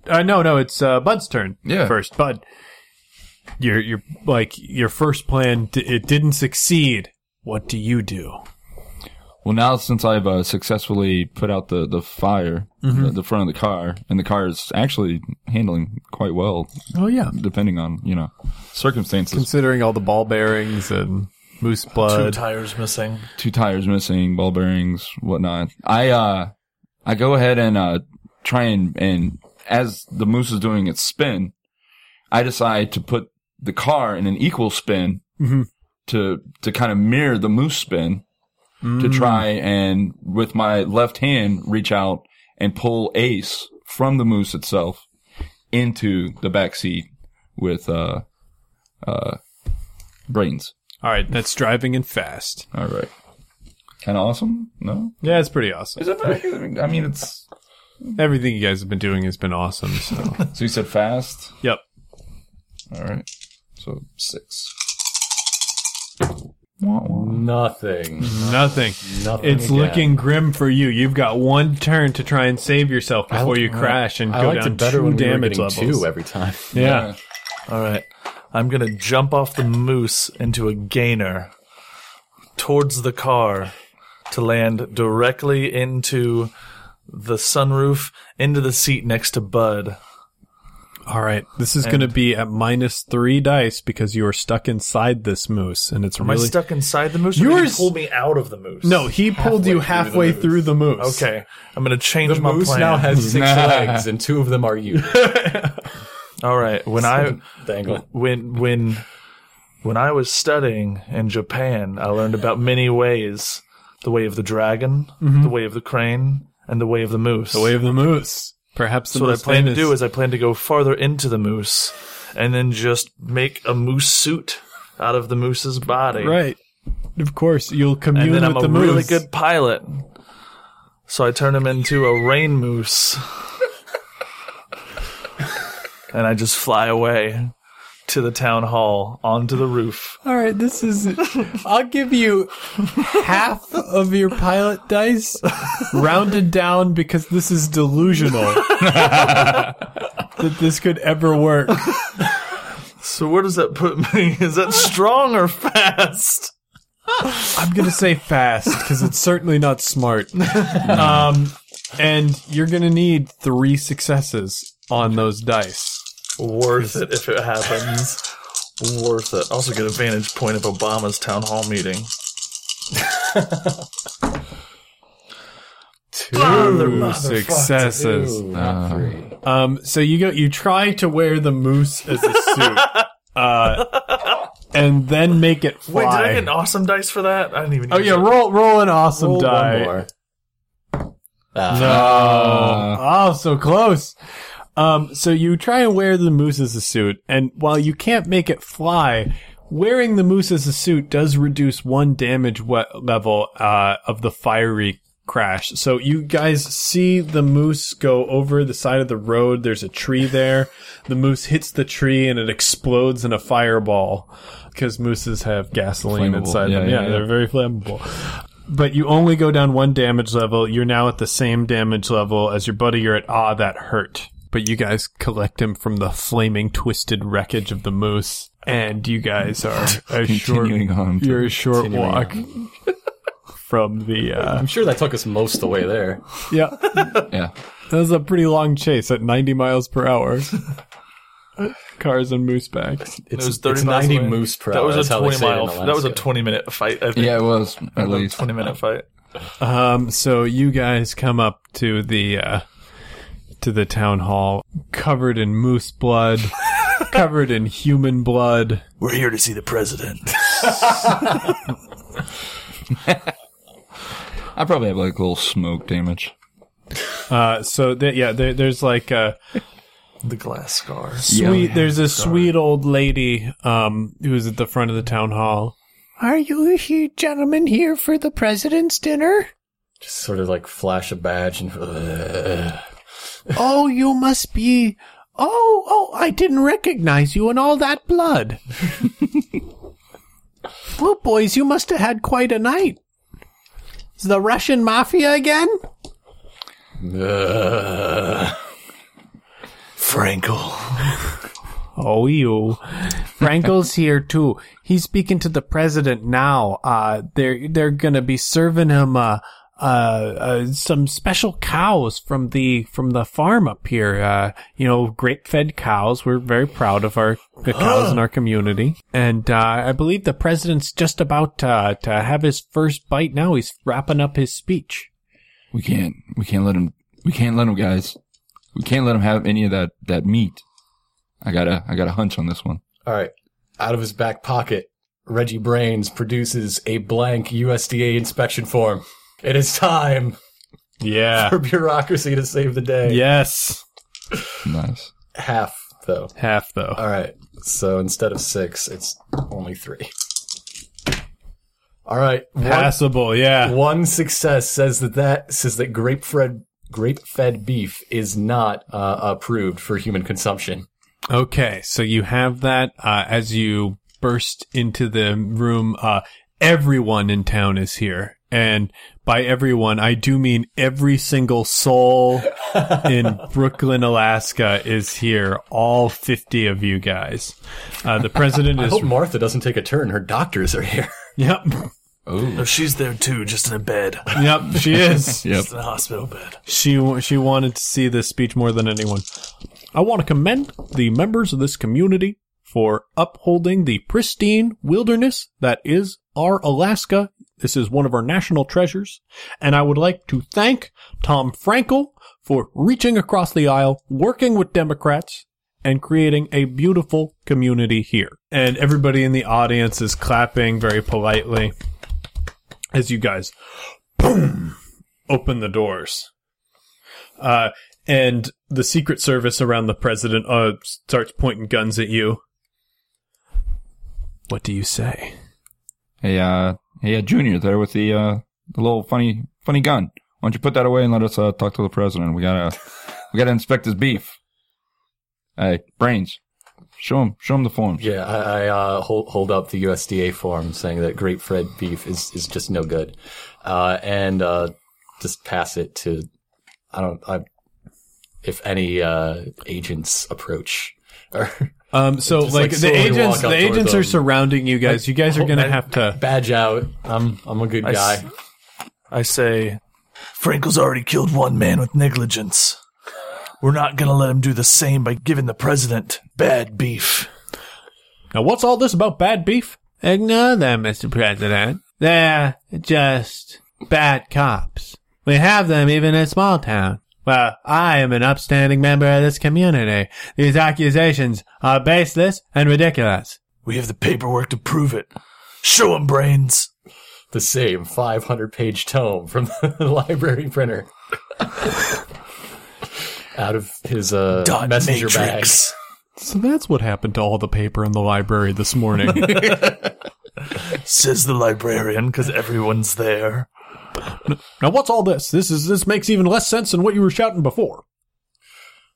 B: Uh, no, no, it's uh, Bud's turn.
E: Yeah.
B: first Bud. Your your like your first plan d- it didn't succeed. What do you do?
E: well, now since I've uh, successfully put out the the fire, the, the front of the car, and the car is actually handling quite well,
B: Oh yeah,
E: depending on you know circumstances.
B: considering all the ball bearings and moose
C: Two
D: Uh,
B: blood.
C: tires missing.
E: two tires missing, ball bearings, whatnot. I uh I go ahead and uh try and and as the moose is doing its spin, I decide to put the car in an equal spin to to kind of mirror the moose spin to try and with my left hand reach out and pull Ace from the moose itself into the back seat with uh uh brains.
B: all right, that's driving and fast.
E: All right. Kind of awesome? No?
B: Yeah, it's pretty awesome.
E: Is it very- I mean, it's.
B: Everything you guys have been doing has been awesome. So,
E: So you said fast.
B: yep.
E: All right. So six. Wah, wah.
D: nothing.
B: Nothing.
D: Nothing.
B: It's
D: again.
B: looking grim for you. You've got one turn to try and save yourself before you crash and
D: I
B: go
D: liked
B: down
D: it better
B: two
D: when we were
B: damage
D: getting
B: levels.
D: two every time.
B: yeah.
C: All right. I'm going to jump off the moose into a gainer towards the car to land directly into the sunroof, into the seat next to Bud.
B: All right. This is going to be at minus three dice because you are stuck inside this moose, and it's
C: Am
B: really
C: I stuck inside the moose? Or did he
B: Yours-
C: pull me out of the moose.
B: no. He pulled you halfway through the moose.
C: Okay. I'm going to change
D: The
C: my
D: moose
C: plan.
D: now has six
E: Nah.
D: legs, and two of them are you.
C: All right. When I
D: Dangle.
C: when when when I was studying in Japan, I learned about many ways: the way of the dragon, the way of the crane, and the way of the moose.
B: Mm-hmm. The way of the moose. Perhaps the
C: so what I
B: most
C: plan to
B: famous.
C: do is I plan to go farther into the moose, and then just make a moose suit out of the moose's body.
B: right. Of course, you'll commune
C: And then I'm
B: with
C: a
B: the moose.
C: really good pilot. So I turn him into a rain moose. and I just fly away to the town hall onto the roof.
B: All right, this is. I'll give you half of your pilot dice, rounded down because this is delusional that this could ever work.
C: So where does that put me? Is that strong or fast?
B: I'm gonna say fast because it's certainly not smart. Um, and you're gonna need three successes on those dice.
C: Worth it if it happens. Worth it. Also get a vantage point of Obama's town hall meeting.
B: Two successes.
E: Uh,
D: Two, not three.
B: Um, so you go, you try to wear the moose as a suit, uh, and then make it fly.
C: Wait, did I get an awesome dice for that? I didn't even.
B: Oh
C: use
B: yeah,
C: it.
B: roll roll an awesome
D: Roll
B: die.
D: One more. Ah.
E: Uh.
B: Oh, so close. Um, so you try and wear the moose as a suit, and while you can't make it fly, wearing the moose as a suit does reduce one damage we- level uh, of the fiery crash. So you guys see the moose go over the side of the road. There's a tree there. The moose hits the tree, and it explodes in a fireball because mooses have gasoline
E: Flammable.
B: inside
E: Yeah,
B: them.
E: yeah,
B: Yeah,
E: yeah.
B: they're very flammable but you only go down one damage level. You're now at the same damage level as your buddy. You're at ah, that hurt. But you guys collect him from the flaming, twisted wreckage of the moose, and you guys are a short.
E: Continuing on.
B: You're a short walk from the. Uh,
D: I'm sure that took us most of the way there.
B: yeah,
E: Yeah.
B: that was a pretty long chase at 90 miles per hour. Cars and moose backs.
C: It
D: It's,
C: was 30
D: it's
C: miles
D: 90
C: away.
D: moose per
C: That
D: hour.
C: was
D: That's
C: a
D: how they
C: 20
D: say it in
C: mile. That was a
D: Alaska.
C: 20 minute fight. I think.
E: Yeah, it was at
C: That was a
E: least.
C: 20 minute fight.
B: Um, so you guys come up to the uh, to the town hall, covered in moose blood, covered in human blood.
C: We're here to see the president.
E: I probably have like a little smoke damage.
B: Uh, so that yeah, there, there's like a
C: the glass scar.
B: sweet. there's a sweet old lady um, who's at the front of the town hall. Are you he- gentlemen here for the president's dinner?
D: Just sort of like flash a badge and. uh,
B: Oh, you must be. Oh, oh, I didn't recognize you in all that blood. well, boys, you must have had quite a night. Is the Russian mafia again?
D: uh.
C: Frankel.
B: Oh, you. Frankel's here too. He's speaking to the president now. Uh, they're, they're gonna be serving him, uh, uh, uh, some special cows from the, from the farm up here. Uh, you know, grape fed cows. We're very proud of our the cows in our community. And, uh, I believe the president's just about, uh, to have his first bite now. He's wrapping up his speech.
E: We can't. We can't let him. We can't let him, guys. We can't let him have any of that that meat. I got to I got a hunch on this one.
D: All right. Out of his back pocket, Reggie Brains produces a blank USDA inspection form. It is time
B: Yeah.
D: for bureaucracy to save the day.
B: yes.
E: Nice.
D: Half, though.
B: Half though.
D: All right. So instead of six, it's only three. All right. One,
B: Passable. Yeah.
D: one success says that that says that grape fed grape fed beef is not uh, approved for human consumption.
B: Okay, so you have that uh, as you burst into the room. Uh, everyone in town is here, and by everyone, I do mean every single soul in Brooklyn, Alaska, is here. All fifty of you guys. Uh, the president
D: I
B: is.
D: hope Martha doesn't take a turn. Her doctors are here.
B: Yep,
C: No, she's there too, just in a bed.
B: yep, she is.
E: Yep.
C: Just in a hospital bed.
B: She wa- she wanted to see this speech more than anyone. I want to commend the members of this community for upholding the pristine wilderness that is our Alaska. This is one of our national treasures, and I would like to thank Tom Frankel for reaching across the aisle, working with Democrats, and creating a beautiful community here. And everybody in the audience is clapping very politely as you guys boom open the doors. Uh, and the Secret Service around the president uh, starts pointing guns at you. What do you say?
E: Hey, uh, hey, uh, Junior, there with the uh, the little funny funny gun. Why don't you put that away and let us uh, talk to the president? We gotta we gotta inspect his beef. Hey, brains, show him show him the forms.
D: Yeah, I, I uh, hold, hold up the USDA form saying that grape fed beef is, is just no good, uh, and uh, just pass it to I don't I, if any uh, agents approach. Or
B: Um, so
D: Just,
B: like,
D: like,
B: the
D: slowly
B: agents,
D: walk up
B: the Oh,
D: towards
B: agents are
D: them.
B: surrounding you guys. you guys are gonna have to.
D: badge out. I'm I'm a good
C: I
D: guy.
C: s- I say, Frankel's already killed one man with negligence. We're not going to let him do the same by giving the president bad beef.
B: Now, what's all this about bad beef? Ignore them, Mr. President. They're just bad cops. We have them even in small town. Well, I am an upstanding member of this community. These accusations are baseless and ridiculous.
C: We have the paperwork to prove it. Show him, brains.
D: the same 500 page tome from the library printer out of his uh,
C: Dot
D: messenger bag.
C: matrix.
B: So that's what happened to all the paper in the library this morning.
C: Says the librarian, because everyone's there.
B: now, what's all this? This is this makes even less sense than what you were shouting before.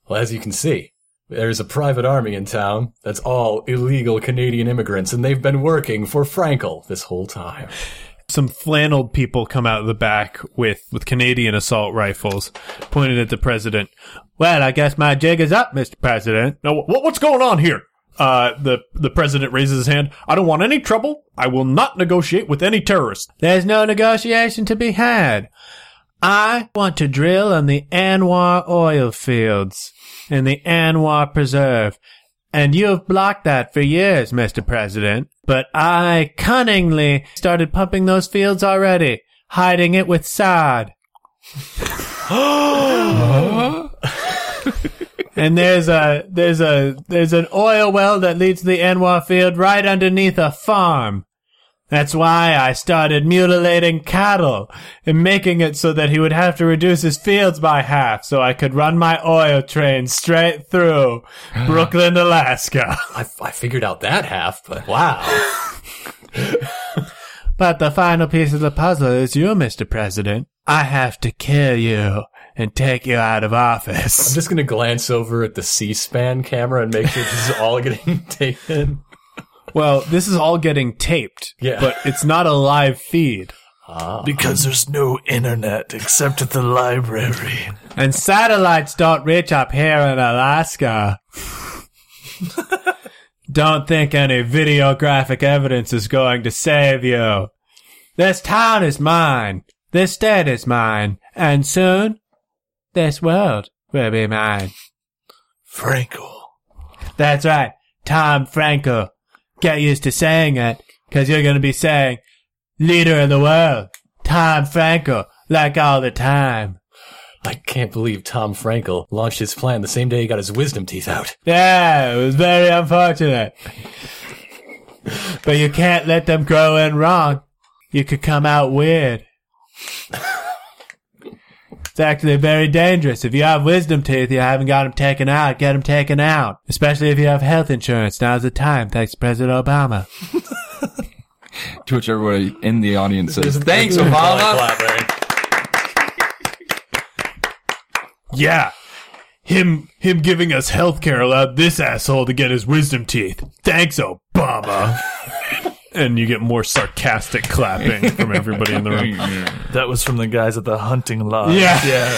D: Well, as you can see, there's a private army in town that's all illegal Canadian immigrants, and they've been working for Frankel this whole time.
B: some flannel people come out of the back with, with Canadian assault rifles pointed at the president. Well, I guess my jig is up, Mr. President. Now, what, what's going on here? Uh, the, the president raises his hand. I don't want any trouble. I will not negotiate with any terrorists. There's no negotiation to be had. I want to drill on the Anwar oil fields and the Anwar preserve. And you've blocked that for years, Mr. President. But I cunningly started pumping those fields already, hiding it with sod.
H: and there's a there's a there's an oil well that leads to the Anwar field right underneath a farm. That's why I started mutilating cattle and making it so that he would have to reduce his fields by half so I could run my oil train straight through Brooklyn, Alaska.
D: I, I figured out that half, but wow.
H: But the final piece of the puzzle is you, Mr. President. I have to kill you and take you out of
D: I'm
H: office.
D: just gonna glance over at the C-SPAN camera and make sure this is all getting taken.
H: Well, this is all getting taped,
D: Yeah.
H: but it's not a live feed.
C: Because there's no internet except at the library.
H: And satellites don't reach up here in Alaska. don't think any videographic evidence is going to save you. This town is mine. This state is mine. And soon, this world will be mine.
C: Frankel.
H: That's right. Tom Franco. Get used to saying it, because you're going to be saying, leader of the world, Tom Franco, like all the time.
D: I can't believe Tom Frankel launched his plan the same day he got his wisdom teeth out.
H: Yeah, it was very unfortunate. but you can't let them grow in wrong. You could come out weird. It's actually very dangerous. If you have wisdom teeth, you haven't got them taken out. Get them taken out. Especially if you have health insurance. Now's the time. Thanks, President Obama.
E: To which everybody in the audience says, "Thanks,
D: Like,
E: Obama."
D: wow, Barry.
H: Yeah. Him him giving us health care allowed this asshole to get his wisdom teeth. Thanks, Obama.
B: And you get more sarcastic clapping from everybody in the room.
C: That was from the guys at the hunting lodge.
H: Yeah.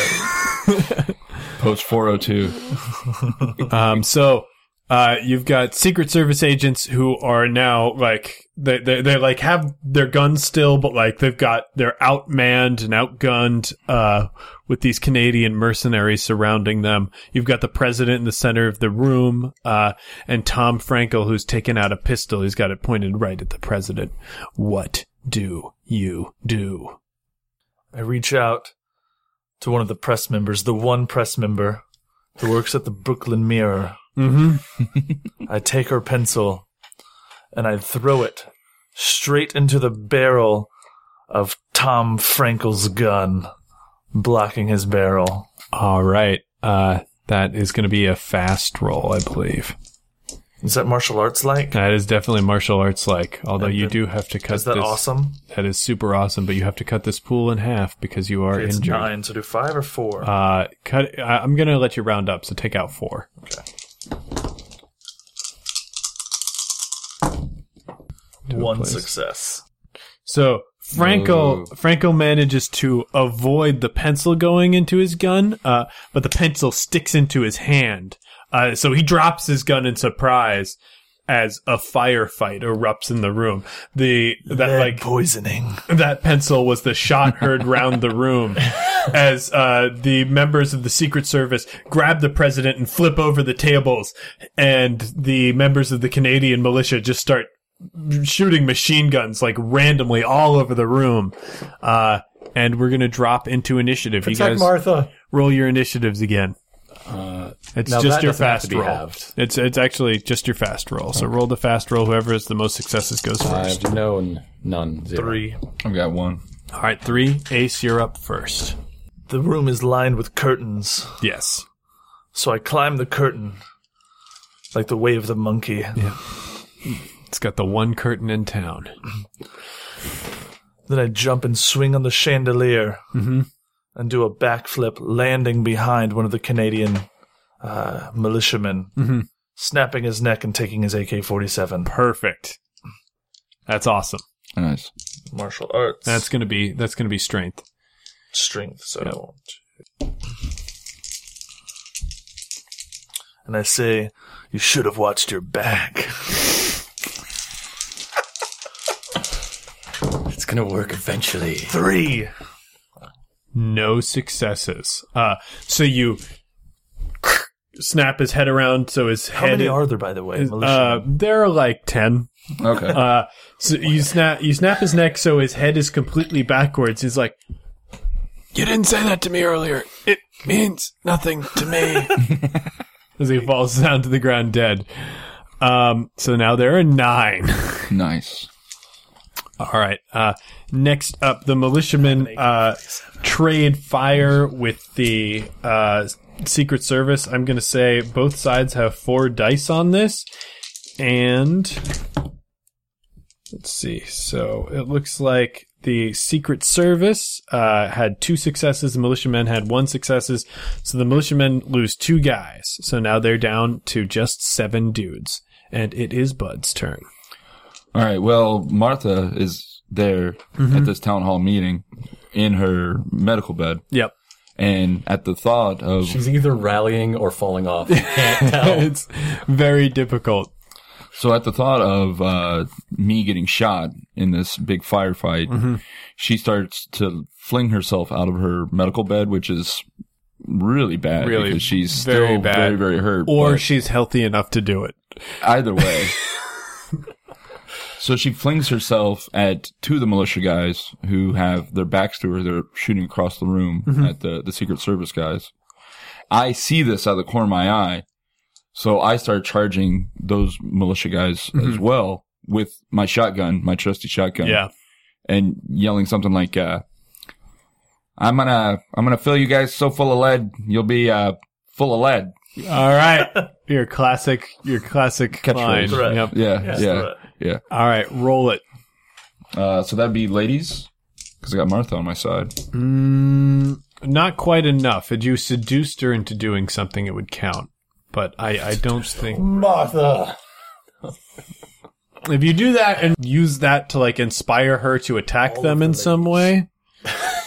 E: Post 402.
B: Um, so uh, you've got Secret Service agents who are now like they they they like have their guns still, but like they've got they're outmanned and outgunned uh, with these Canadian mercenaries surrounding them. You've got the president in the center of the room, uh, and Tom Frankel who's taken out a pistol. He's got it pointed right at the president. What do you do?
C: I reach out to one of the press members, the one press member who works at the Brooklyn Mirror. Mm-hmm. I take her pencil and I throw it straight into the barrel of Tom Frankel's gun, blocking his barrel.
B: All right, uh, that is going to be a fast roll, I believe.
C: Is that martial arts like?
B: That is definitely martial arts like. Although you do have to cut
C: Is that
B: this.
C: awesome?
B: That is super awesome, but you have to cut this pool in half because you are
C: It's
B: injured.
C: nine, so do five or four.
B: Uh, cut. I, I'm gonna let you round up, so take out four.
C: one success.
B: So Franco Franco manages to avoid the pencil going into his gun, uh, but the pencil sticks into his hand. Uh, so he drops his gun in surprise as a firefight erupts in the room. The that
C: Lead
B: like
C: poisoning.
B: that pencil was the shot heard round the room as uh, the members of the Secret Service grab the president and flip over the tables, and the members of the Canadian militia just start shooting machine guns like randomly all over the room. Uh, and we're gonna drop into initiative. you guys
D: Martha.
B: roll your initiatives again. it's
D: Uh, now
B: just
D: that
B: your
D: doesn't have to
B: fast
D: be
B: roll.
D: halved.
B: It's it's actually just your fast roll. So roll the fast roll. Whoever has the most successes goes
D: I
B: first.
D: have known none. Zero.
C: Three.
E: I've got one.
B: All right, three. Ace, you're up first.
C: The room is lined with curtains.
B: Yes.
C: So I climb the curtain like the way of the monkey.
B: It's got the one curtain in town.
C: Then I jump and swing on the chandelier and do a backflip, landing behind one of the Canadian uh, militiamen, snapping his neck and taking his AK 47.
B: Perfect. That's awesome.
E: Nice.
C: Martial arts.
B: That's gonna be that's gonna be strength.
C: strength. So. And I say, you should have watched your back.
D: It's gonna work eventually.
C: Three.
B: No successes. Uh, so you snap his head around so his
C: How
B: head.
C: many are there, by the way?
B: uh,
C: militiamen?
B: there are like ten.
E: Okay.
B: Uh, so you snap you snap his neck so his head is completely backwards. He's like, "You didn't say that to me earlier. It means nothing to me." as he falls down to the ground dead. Um, so now there are nine.
E: Nice.
B: All right. Uh, next up, the militiamen uh, trade fire with the uh, Secret Service. I'm going to say both sides have four dice on this. And let's see. So it looks like the Secret Service uh, had two successes, the militiamen had one successes. So the militiamen lose two guys. So now they're down to just seven dudes. And it is Bud's turn.
E: All right. Well, Martha is there at this town hall meeting in her medical bed,
B: Yep.
E: and at the thought of
D: She's either rallying or falling off. I Can't tell.
B: it's very difficult.
E: so at the thought of uh, me getting shot in this big firefight,
B: Mm-hmm.
E: she starts to fling herself out of her medical bed, which is really bad
B: Really
E: because she's
B: very
E: still
B: bad.
E: very very hurt.
B: Or
E: but-
B: she's healthy enough to do it.
E: Either way. so she flings herself at two of the militia guys who have their backs to her. They're shooting across the room at the, the Secret Service guys. I see this out of the corner of my eye. So I start charging those militia guys as well with my shotgun, my trusty shotgun. And yelling something like, uh, I'm gonna, I'm gonna fill you guys so full of lead, you'll be, uh, full of lead.
B: All right. Your classic, your classic line.
E: Catchphrase.
C: Right.
B: Yep.
E: Yeah.
C: Yes,
E: yeah.
C: right.
E: Yeah.
B: All right. Roll it.
E: Uh, so that'd be ladies, because I got Martha on my side.
B: Mm, not quite enough. Had you seduced her into doing something, it would count. But I, I don't think
D: Martha.
B: if you do that and use that to like inspire her to attack them in some way,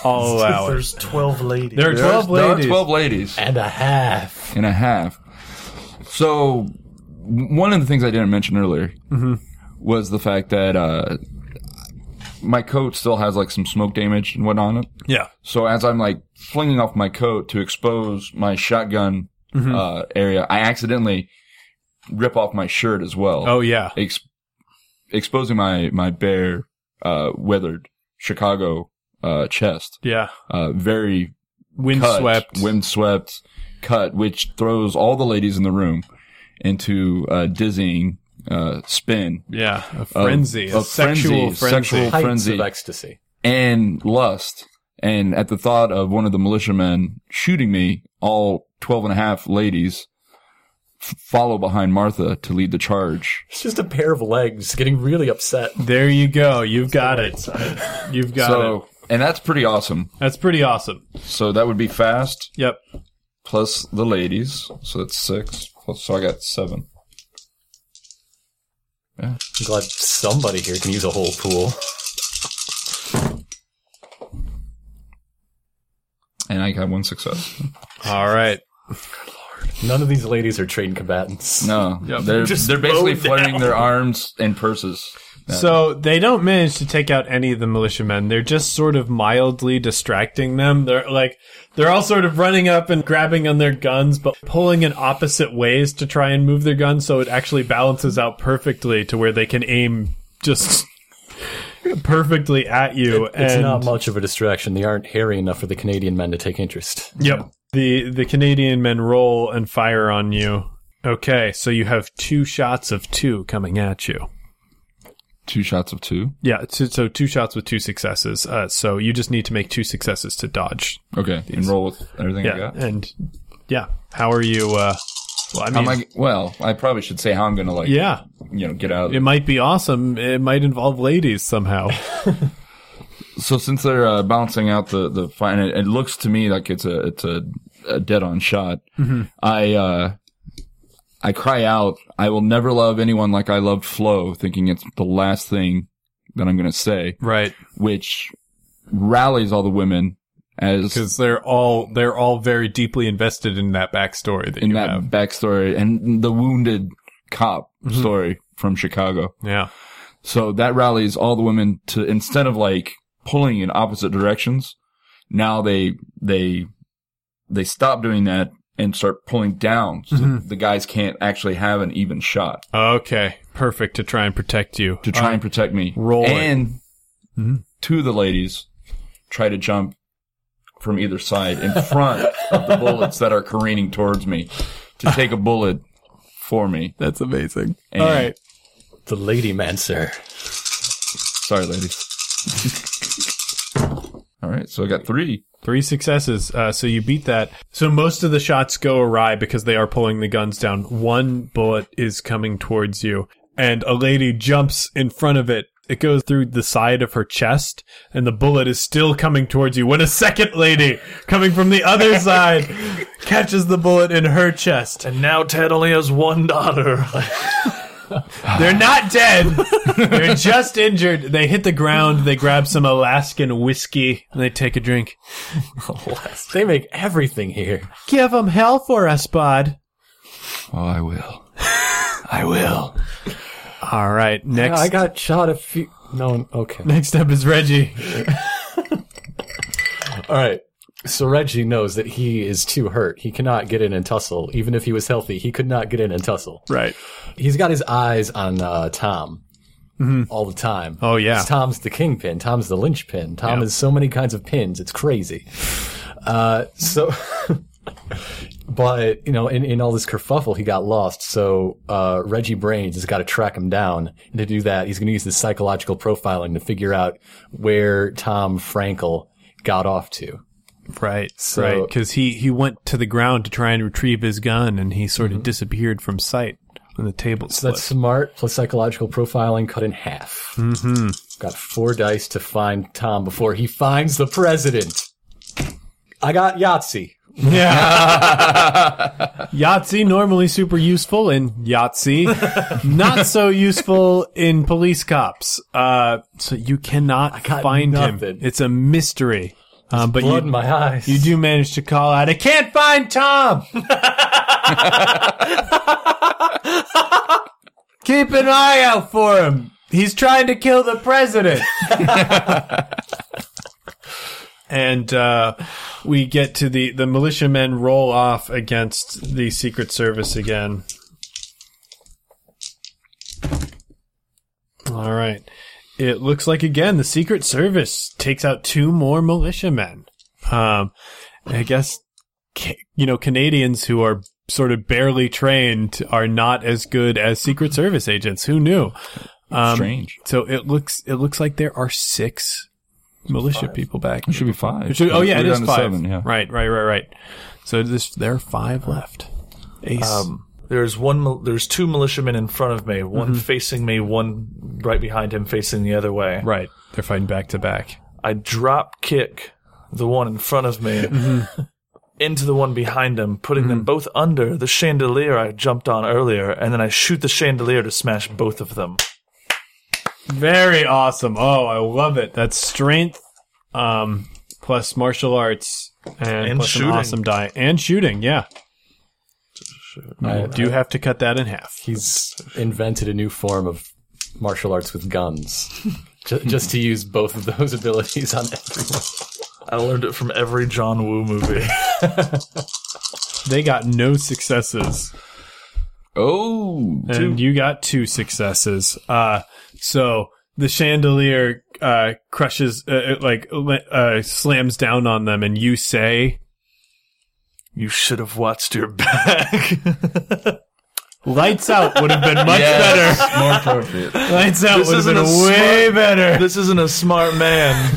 B: I'll allow it.
C: There's 12 ladies.
B: There are twelve
E: There are
B: ladies.
E: twelve ladies
D: And a half.
E: and a half. So w- one of the things I didn't mention earlier
B: Mm-hmm.
E: was the fact that uh, my coat still has like some smoke damage and what on it.
B: Yeah.
E: So as I'm like flinging off my coat to expose my shotgun
B: Mm-hmm.
E: uh, area, I accidentally rip off my shirt as well.
B: Oh yeah.
E: ex- exposing my my bare, uh, weathered Chicago uh, chest,
B: Yeah.
E: uh, very cut,
B: Windswept.
E: windswept cut, which throws all the ladies in the room into a dizzying uh, spin
B: yeah. A frenzy. a
E: of
B: sexual frenzy.
E: sexual
D: Heights
E: frenzy
D: of ecstasy.
E: and lust. And at the thought of one of the militiamen shooting me, all 12 and a half ladies f- follow behind Martha to lead the charge.
D: It's just a pair of legs getting really upset.
B: There you go. You've got it. You've got it.
E: so, and that's pretty awesome.
B: That's pretty awesome.
E: So that would be fast
B: Yep.
E: plus the ladies. So that's six. Plus, so I got seven.
D: I'm glad somebody here can use a whole pool.
E: And I got one success.
B: All right.
D: None of these ladies are trained combatants.
E: No, they're,
C: Just
E: they're basically
C: mowed
E: flaring
C: down.
E: their arms and purses.
B: So they don't manage to take out any of the militiamen. They're just sort of mildly distracting them. They're like they're all sort of running up and grabbing on their guns, but pulling in opposite ways to try and move their guns so it actually balances out perfectly to where they can aim just perfectly at you.
D: It's
B: and
D: not much of a distraction. They aren't hairy enough for the Canadian men to take interest.
B: Yep. The the Canadian men roll and fire on you. Okay, so you have two shots of two coming at you.
E: Two shots of two.
B: Yeah, so, so two shots with two successes. Uh, so you just need to make two successes to dodge.
E: Okay. And roll with everything I
B: Yeah,
E: got.
B: and yeah, how are you? Uh, well, I mean,
E: I'm like, well, I probably should say how I'm going to like,
B: yeah,
E: you know, get out.
B: it might be awesome. It might involve ladies somehow.
E: So since they're uh, balancing out the the fine, it, it looks to me like it's a it's a, a dead on shot.
B: Mm-hmm.
E: I uh, I cry out, I will never love anyone like I loved Flo, thinking it's the last thing that I'm going to say,
B: right,
E: which rallies all the women as
B: because they're all they're all very deeply invested in that backstory that
E: in
B: you
E: that
B: have. Mm-hmm.
E: backstory and the wounded cop story from Chicago.
B: Yeah,
E: So that rallies all the women to instead of like pulling in opposite directions, now they they they stop doing that and start pulling down. So
B: Mm-hmm.
E: the guys can't actually have an even shot
B: okay, perfect to try and protect you.
E: to try and protect me.
B: roll it.
E: and two of the ladies try to jump from either side in front of the bullets that are careening towards me. to take a bullet for me.
A: That's amazing.
E: And-
A: All right.
D: The Lady Mancer.
E: Sorry, ladies. All right, so I got three.
B: Three successes. Uh, so you beat that. So most of the shots go awry because they are pulling the guns down. One bullet is coming towards you, and a lady jumps in front of it. It goes through the side of her chest, and the bullet is still coming towards you when a second lady coming from the other side catches the bullet in her chest.
C: And now Ted only has one daughter.
B: They're not dead. They're just injured. They hit the ground. They grab some Alaskan whiskey and they take a drink.
D: They make everything here.
B: Give 'em hell for us, bud.
E: Oh, I will. I will.
B: All right, next.
D: I got shot a few. No, okay.
B: Next up is Reggie.
D: All right. So Reggie knows that he is too hurt. He cannot get in and tussle. Even if he was healthy, he could not get in and tussle.
B: Right.
D: He's got his eyes on uh, Tom all the time.
B: Oh, yeah.
D: 'Cause Tom's the kingpin. Tom's the linchpin. Tom has so many kinds of pins. It's crazy. Uh, so, but you know, in, in all this kerfuffle, he got lost. So uh, Reggie Brains has got to track him down, and to do that, he's going to use this psychological profiling to figure out where Tom Frankel got off to.
B: Right.
D: So-
B: right. Because he, he went to the ground to try and retrieve his gun and he sort of disappeared from sight when the table
D: So that's
B: slipped.
D: smart plus psychological profiling cut in half. Mm-hmm. Got four dice to find Tom before he finds the president. I got Yahtzee.
B: Yeah. Yahtzee, normally super useful in Yahtzee, not so useful in police cops. Uh, so you cannot
D: got
B: find him.
D: nothing.
B: It's a mystery. Um, but
D: Blood
B: you,
D: in my eyes.
B: you do manage to call out, I can't find Tom! Keep an eye out for him. He's trying to kill the president. and uh, we get to the, the militiamen roll off against the Secret Service again. All right. It looks like, again, the Secret Service takes out two more militiamen. Um, I guess, ca- you know, Canadians who are sort of barely trained are not as good as Secret Service agents. Who knew?
E: Um, Strange.
B: So it looks it looks like there are six militia people back.
E: It should be five.
B: Should- oh yeah, it
E: We're
B: is
E: down to
B: five.
E: Seven, yeah.
B: Right, right, right, right. So this, there are five left. Ace.
C: there's one. mil- There's two militiamen in front of me. One
D: Mm-hmm.
C: facing me. One right behind him, facing the other way.
B: right, they're fighting back to back.
C: I drop kick the one in front of me into the one behind him, putting them both under the chandelier I jumped on earlier, and then I shoot the chandelier to smash both of them.
B: Very awesome. Oh, I love it. That's strength, um, plus martial arts, and,
C: And
B: plus an
C: shooting.
B: awesome die and shooting. Yeah,
D: I-
B: I do have to cut that in half.
D: He's invented a new form of martial arts with guns. Ju- Just to use both of those abilities on everyone.
C: I learned it from every John Woo movie.
B: They got no successes.
E: Oh,
B: and you got two successes. Uh, so the chandelier uh, crushes, uh, it, like uh, slams down on them, and you say,
C: you should have watched your back.
B: "Lights out would have been much
E: yes, more appropriate.
B: better. Lights out
C: This
B: would have
C: isn't
B: been
C: a
B: way
C: smart-
B: better."
C: this isn't a smart man.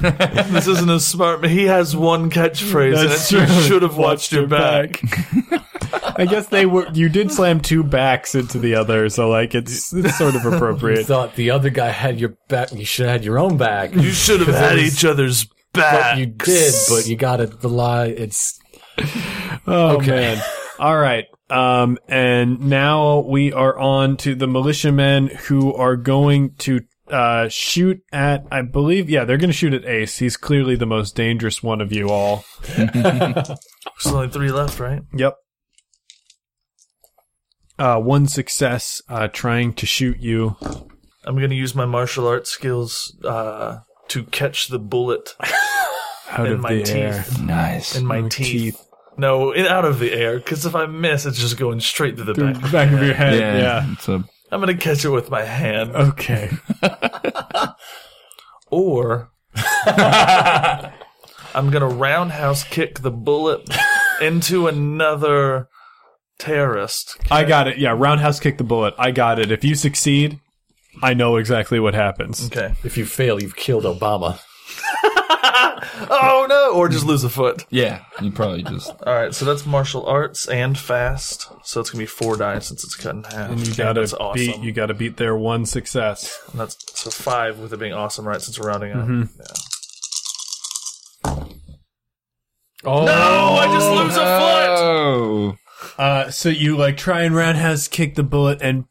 C: this isn't a smart man. He has one catchphrase, and
B: That's
C: it's you
B: true.
C: should have watched, your back.
B: I guess they were. You did slam two backs into the other, so like it's it's sort of
D: You
B: appropriate.
D: thought the other guy had your back. You should have had your own back.
C: You should have had each other's
D: But
C: back.
D: you did, but you gotta rely. It's
B: Oh man! All right. Um, and now we are on to the militiamen who are going to uh shoot at. I believe, yeah, they're going to shoot at Ace. He's clearly the most dangerous one of you all.
C: There's only three left, right?
B: Yep. Uh, one success uh, trying to shoot you.
C: I'm going to use my martial arts skills uh, to catch the bullet
B: Out
C: in
B: of
C: my
B: the
C: teeth.
B: air.
E: Nice.
C: In my
B: Your
C: teeth. No, in, out of the air. Because if I miss, it's just going straight through the
B: Through
C: back.
B: the back of your head.
E: Yeah,
B: yeah.
E: It's a
C: I'm going to catch it with my hand.
B: Uh, Okay.
C: or I'm gonna roundhouse kick the bullet into another terrorist.
B: I got it. Yeah, roundhouse kick the bullet. I got it. If you succeed, I know exactly what happens.
C: Okay.
D: If you fail, you've killed Obama.
C: Oh no! Or just lose a foot.
E: Yeah, you probably just.
C: All right, so that's martial arts and fast. So it's gonna be four die since it's cut in half.
B: You gotta
C: that's awesome.
B: beat. You gotta beat their one success.
C: And that's so five with it being awesome, right? Since we're rounding up. Yeah.
B: Oh,
C: Oh, I just lose a foot.
E: Oh,
B: Uh, so you like try and roundhouse kick the bullet and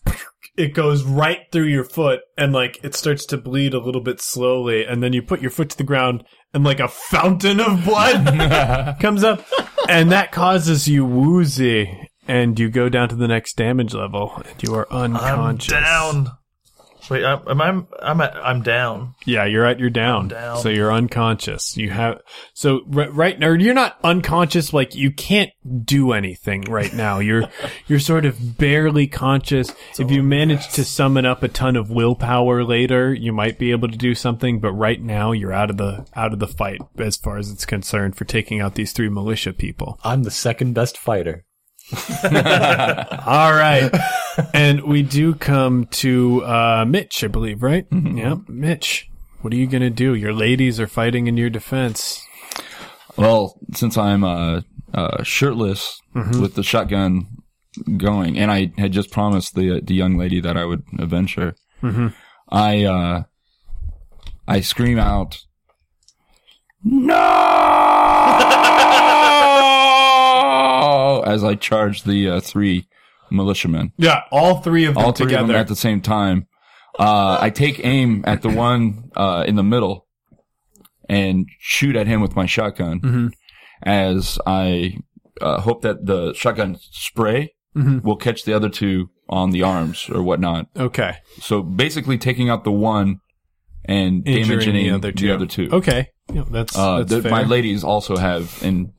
B: it goes right through your foot and like it starts to bleed a little bit slowly and then you put your foot to the ground and like a fountain of blood comes up and that causes you woozy and you go down to the next damage level and you are
C: I'm
B: unconscious.
C: down. Wait, I'm am I'm I'm at, I'm down.
B: Yeah, you're at your down.
C: down.
B: So you're unconscious. You have so right, right now you're not unconscious like you can't do anything right now. You're you're sort of barely conscious. if you manage to summon up a ton of willpower later, you might be able to do something, but right now you're out of the out of the fight as far as it's concerned for taking out these three militia people.
D: I'm the second best fighter.
B: All right. and we do come to uh, Mitch, I believe, right? Yep, Mitch. What are you going to do? Your ladies are fighting in your defense.
E: well, since I'm uh, uh, shirtless with the shotgun going, and I had just promised the the young lady that I would avenge her, I uh, I scream out, "No!" as I charge the uh, three militiamen.
B: Yeah, all three of them
E: all three
B: together.
E: of them at the same time. Uh, I take aim at the one uh, in the middle and shoot at him with my shotgun
B: Mm-hmm.
E: as I uh, hope that the shotgun spray
B: Mm-hmm.
E: will catch the other two on the arms or whatnot.
B: okay,
E: So basically, taking out the one and
B: Injuring
E: damaging
B: the other two. Okay, yeah, that's
E: Uh,
B: that's
E: the-
B: fair.
E: my ladies also have and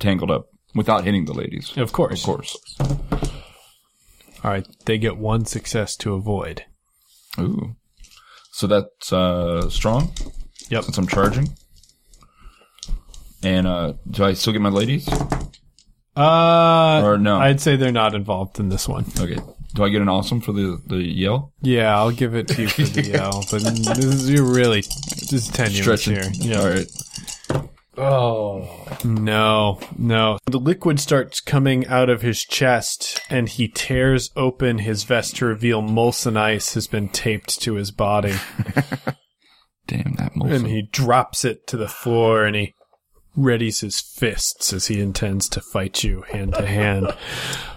E: tangled up without hitting the ladies,
B: of course,
E: of course.
B: All right, they get one success to avoid.
E: Ooh. So that's uh, strong.
B: Yep. Uh,
E: Since I'm charging. And uh, do I still get my ladies?
B: Uh,
E: Or no.
B: I'd say they're not involved in this one.
E: Okay. Do I get an awesome for the the yell?
B: Yeah, I'll give it to you for the L, but this is you're really this is tenuous
E: Stretching.
B: here.
E: All right.
D: Oh.
B: No, no. The liquid starts coming out of his chest, and he tears open his vest to reveal Molson Ice has been taped to his body.
E: Damn that
B: And
E: Molson.
B: he drops it to the floor and he readies his fists as he intends to fight you hand to hand.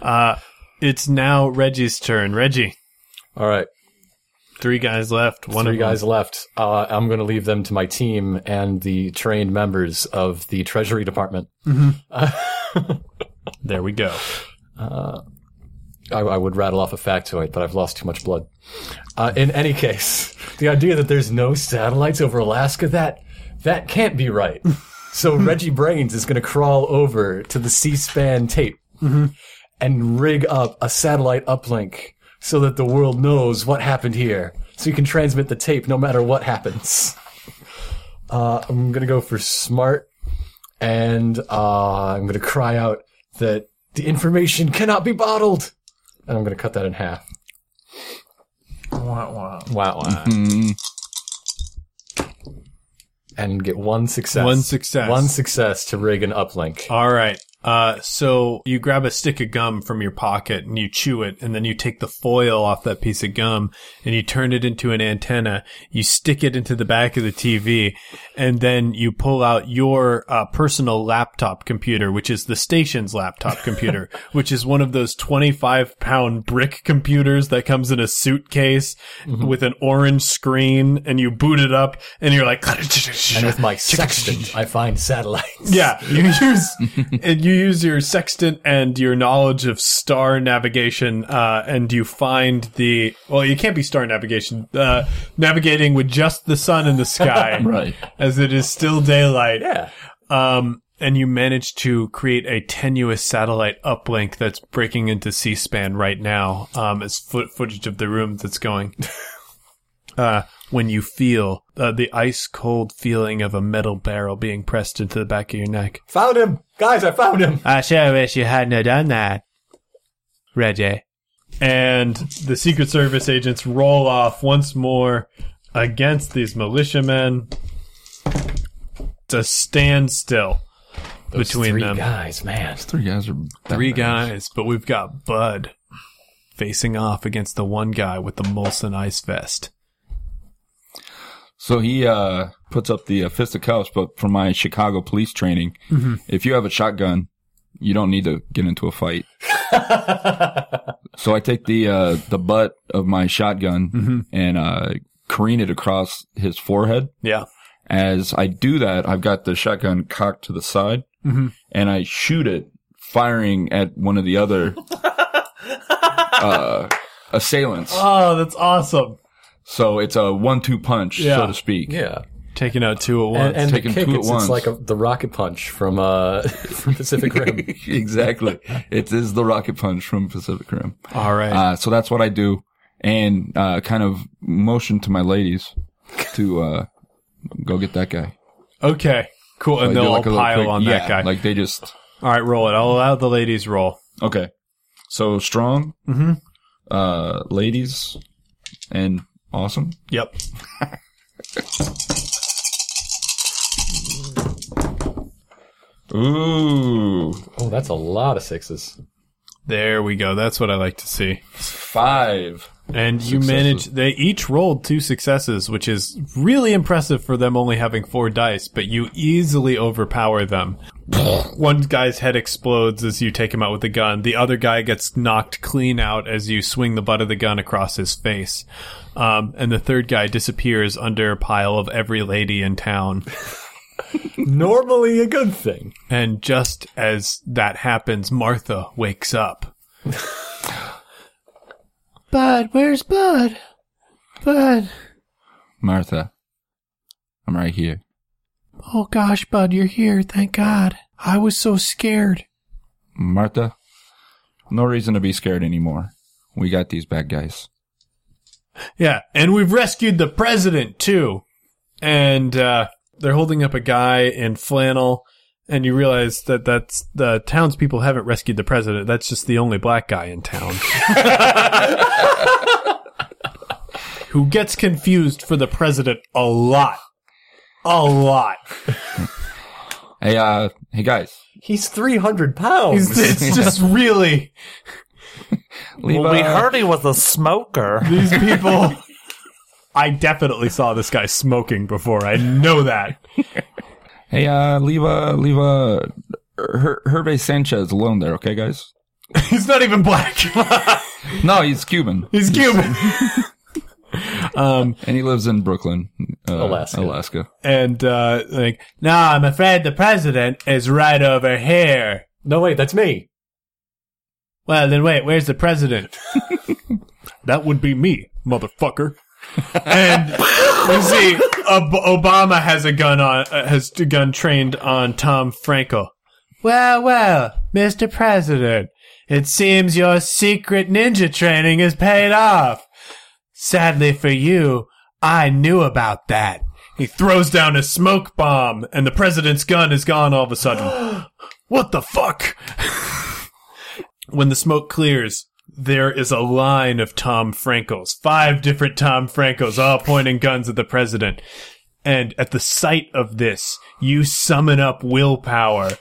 B: Uh, it's now Reggie's turn. Reggie,
D: All right.
B: three guys left. One
D: One of
B: of
D: you guys left. Uh, I'm going to leave them to my team and the trained members of the Treasury Department.
B: them- There we go.
D: I, I would rattle off a factoid, but I've lost too much blood. Uh, in any case, the idea that there's no satellites over Alaska that that can't be right. so Reggie Brains is going to crawl over to the C-SPAN tape and rig up a satellite uplink so that the world knows what happened here. So you can transmit the tape no matter what happens. Uh, I'm going to go for smart and uh, I'm going to cry out that the information cannot be bottled. And I'm going to cut that in half.
C: Wah, wah.
D: Wow. wow.
B: Mm-hmm.
D: And get one success.
B: One success. Oh,
D: One success to rig an uplink.
B: All right. Uh, so you grab a stick of gum from your pocket and you chew it, and then you take the foil off that piece of gum and you turn it into an antenna. You stick it into the back of the TV, and then you pull out your uh, personal laptop computer, which is the station's laptop computer, which is one of those twenty-five pound brick computers that comes in a suitcase with an orange screen, and you boot it up, and you're like,
D: and with my sextant, I find satellites.
B: yeah, you use and you use your sextant and your knowledge of star navigation, uh, and you find the well. You can't be star navigation, uh, navigating with just the sun in the sky,
E: Right.
B: As it is still daylight.
D: Yeah.
B: Um, and you manage to create a tenuous satellite uplink that's breaking into C-SPAN right now. Um, as foot footage of the room that's going. Uh, when you feel uh, the ice cold feeling of a metal barrel being pressed into the back of your neck.
D: Found him. Guys, I found him.
B: I sure wish you hadn't have done that. Reggie. And the Secret Service agents roll off once more against these militiamen. It's a standstill between
D: three
B: them.
D: guys, man.
E: Three guys are that
B: Three
E: bad.
B: guys, but we've got Bud facing off against the one guy with the Molson ice vest.
E: So he uh, puts up the uh, fist of cuffs, but from my Chicago police training, if you have a shotgun, you don't need to get into a fight. so I take the uh, the butt of my shotgun and uh, careen it across his forehead.
B: Yeah.
E: As I do that, I've got the shotgun cocked to the side, and I shoot it, firing at one of the other uh, assailants.
B: Oh, that's awesome.
E: So it's a one-two punch,
B: Yeah.
E: so to speak.
D: Yeah.
B: Taking out two at once.
D: And, and the
E: taking
D: kick,
E: two at
D: it's, it's
E: once.
D: like a, the rocket punch from, uh, from Pacific Rim.
E: exactly. It is the rocket punch from Pacific Rim.
B: All right.
E: Uh, so that's what I do, and uh, kind of motion to my ladies to uh, go get that guy.
B: okay. Cool.
E: I
B: And
E: do
B: they'll all
E: like a little
B: pile
E: quick-
B: on
E: yeah,
B: that guy.
E: Like they just
B: all right, roll it. I'll allow the ladies roll.
E: okay. So strong,
C: Mm-hmm.
B: Mhm.
E: uh, ladies, and awesome.
B: Yep.
E: Ooh,
D: Oh, that's a lot of sixes.
B: There we go. That's what I like to see.
E: five.
B: And you manage they each rolled two successes, which is really impressive for them only having four dice, but you easily overpower them. One guy's head explodes as you take him out with the gun. The other guy gets knocked clean out as you swing the butt of the gun across his face. Um, and the third guy disappears under a pile of every lady in town.
D: Normally a good thing.
B: And just as that happens, Martha wakes up. Bud, where's Bud? Bud.
E: Martha, I'm right here.
B: Oh gosh, Bud, you're here. Thank God. I was so scared.
E: Martha, no reason to be scared anymore. We got these bad guys.
B: Yeah, and we've rescued the president too. And uh, they're holding up a guy in flannel, and you realize that that's the townspeople haven't rescued the president. That's just the only black guy in town. Who gets confused for the president a lot. A lot.
E: Hey, uh, hey guys,
D: He's 300 pounds.
B: It's, it's just really.
E: leave.
C: Well, we
E: uh,
C: heard he was a smoker.
B: These people. I definitely saw this guy smoking before. I know that.
E: Hey, uh, leave uh, leave uh, Her- Herve Sanchez alone there, okay, guys?
B: He's not even black.
E: No, he's Cuban
B: He's Cuban.
E: and he lives in Brooklyn, uh,
D: Alaska.
E: Alaska.
B: And uh like, nah, I'm afraid the president is right over here.
D: no, wait, that's me.
B: Well, then wait, where's the president? that would be me, motherfucker. and you see, Ob- Obama has a gun on, uh, has a gun trained on Tom Franco. Well, well, Mr. President, it seems your secret ninja training is paid off. Sadly for you, I knew about that. He throws down a smoke bomb, and the president's gun is gone all of a sudden. what the fuck? when the smoke clears, there is a line of Tom Frankos, five different Tom Frankos, all pointing guns at the president. And at the sight of this, you summon up willpower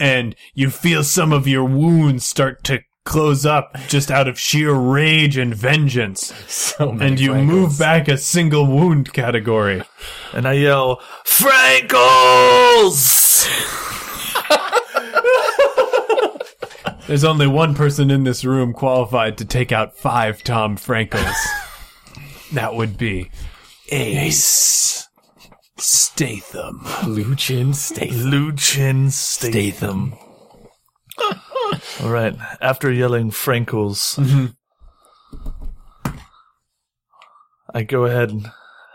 B: and you feel some of your wounds start to close up just out of sheer rage and vengeance.
D: So many
B: And you
D: Frankos.
B: move back a single wound category.
C: And I yell, Frankles!
B: There's only one person in this room qualified to take out five Tom Frankos. that would be Ace Statham.
D: Luchin State.
C: Luchin Statham. All right. After yelling Frankles, I go ahead and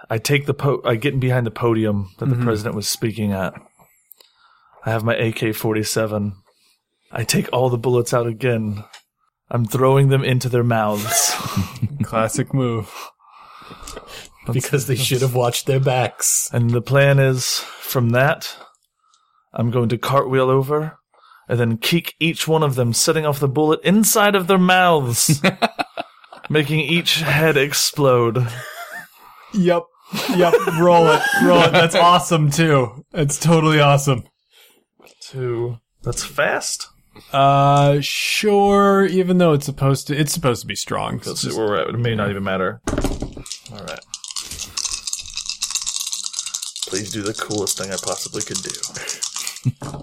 C: I take the po- I get in behind the podium that the president was speaking at. I have my AK-47. I take all the bullets out again. I'm throwing them into their mouths.
B: Classic move.
D: Because they should have watched their backs.
C: And the plan is from that, I'm going to cartwheel over and then kick each one of them, setting off the bullet inside of their mouths, making each head explode.
B: Yep. Yep. Roll it. Roll it. That's awesome too. That's totally awesome.
C: Two. That's fast.
B: Uh, sure. Even though it's supposed to, it's supposed to be strong.
C: Let's see where we're at. It may not even matter. All right. Please do the coolest thing I possibly could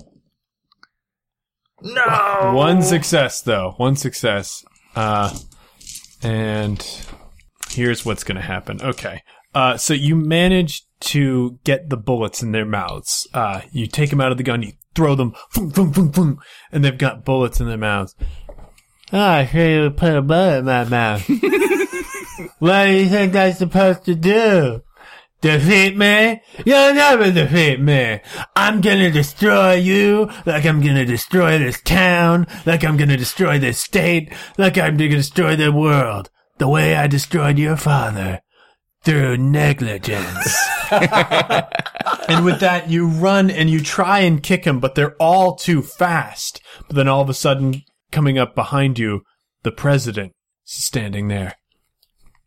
C: do. no.
B: One success though. One success. Uh, and here's what's gonna happen. Okay. Uh, so you manage to get the bullets in their mouths. Uh, you take them out of the gun. You throw them. Boom, boom, boom, boom, and they've got bullets in their mouths. Ah, I sure you put a bullet in my mouth. what do you think I'm supposed to do? Defeat me? You'll never defeat me. I'm gonna destroy you like I'm gonna destroy this town, like I'm gonna destroy this state, like I'm gonna destroy the world, the way I destroyed your father. Through negligence. and with that, you run and you try and kick him, but they're all too fast. But then all of a sudden, coming up behind you, the president is standing there.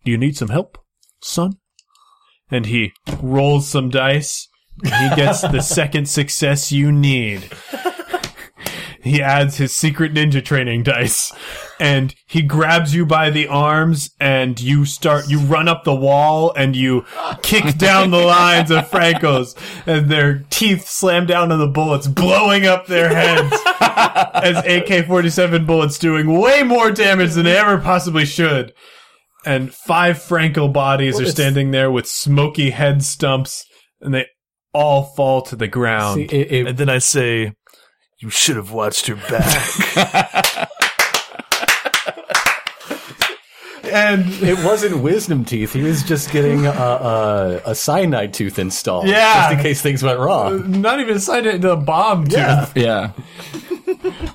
B: Do you need some help, son? and he rolls some dice. And he gets the second success you need. He adds his secret ninja training dice and he grabs you by the arms and you start, you run up the wall and you kick down the lines of Franco's and their teeth slam down on the bullets, blowing up their heads as AK-47 bullets doing way more damage than they ever possibly should and five Franco bodies are standing there with smoky head stumps, and they all fall to the ground.
C: And then I say, "You should have watched her back."
B: and
D: It wasn't wisdom teeth. He was just getting a, a, a cyanide tooth installed.
B: Yeah.
D: Just in case things went wrong.
B: not even signed it to a bomb tooth.
E: Yeah.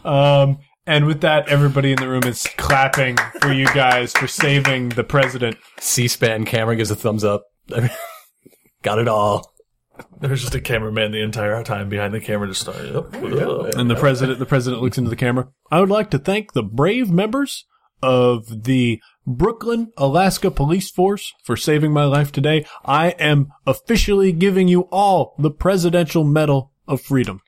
B: Um, and with that, everybody in the room is clapping for you guys for saving the president.
D: C SPAN camera gives a thumbs up. Got it all.
C: There's just a cameraman the entire time behind the camera, just starting.
B: And the president, the president looks into the camera. I would like to thank the brave members of the Brooklyn, Alaska police force for saving my life today. I am officially giving you all the Presidential Medal of Freedom.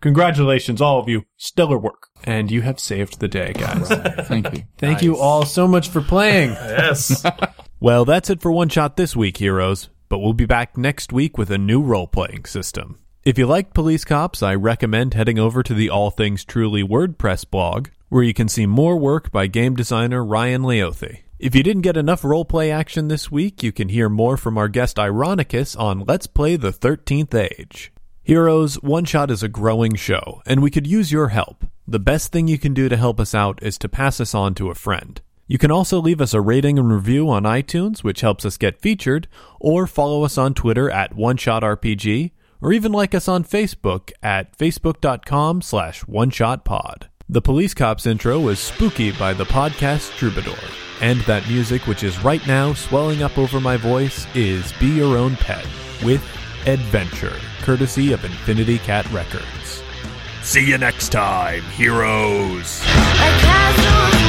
B: Congratulations, all of you. Stellar work. And you have saved the day, guys.
E: Thank you.
B: Thank you all so much for playing.
C: Yes.
A: Well, that's it for One Shot this week, heroes, but we'll be back next week with a new role playing system. If you liked Police Cops, I recommend heading over to the All Things Truly WordPress blog, where you can see more work by game designer Ryan Leothe. If you didn't get enough roleplay action this week, you can hear more from our guest Ironicus on Let's Play the 13th Age. Heroes, One Shot is a growing show, and we could use your help. The best thing you can do to help us out is to pass us on to a friend. You can also leave us a rating and review on iTunes, which helps us get featured, or follow us on Twitter at OneShotRPG, or even like us on Facebook at facebook.com slash oneshotpod. The Police Cops intro was Spooky by the podcast Troubadour, and that music, which is right now swelling up over my voice, is Be Your Own Pet with Adventure, courtesy of Infinity Cat Records. See you next time, heroes!
F: A castle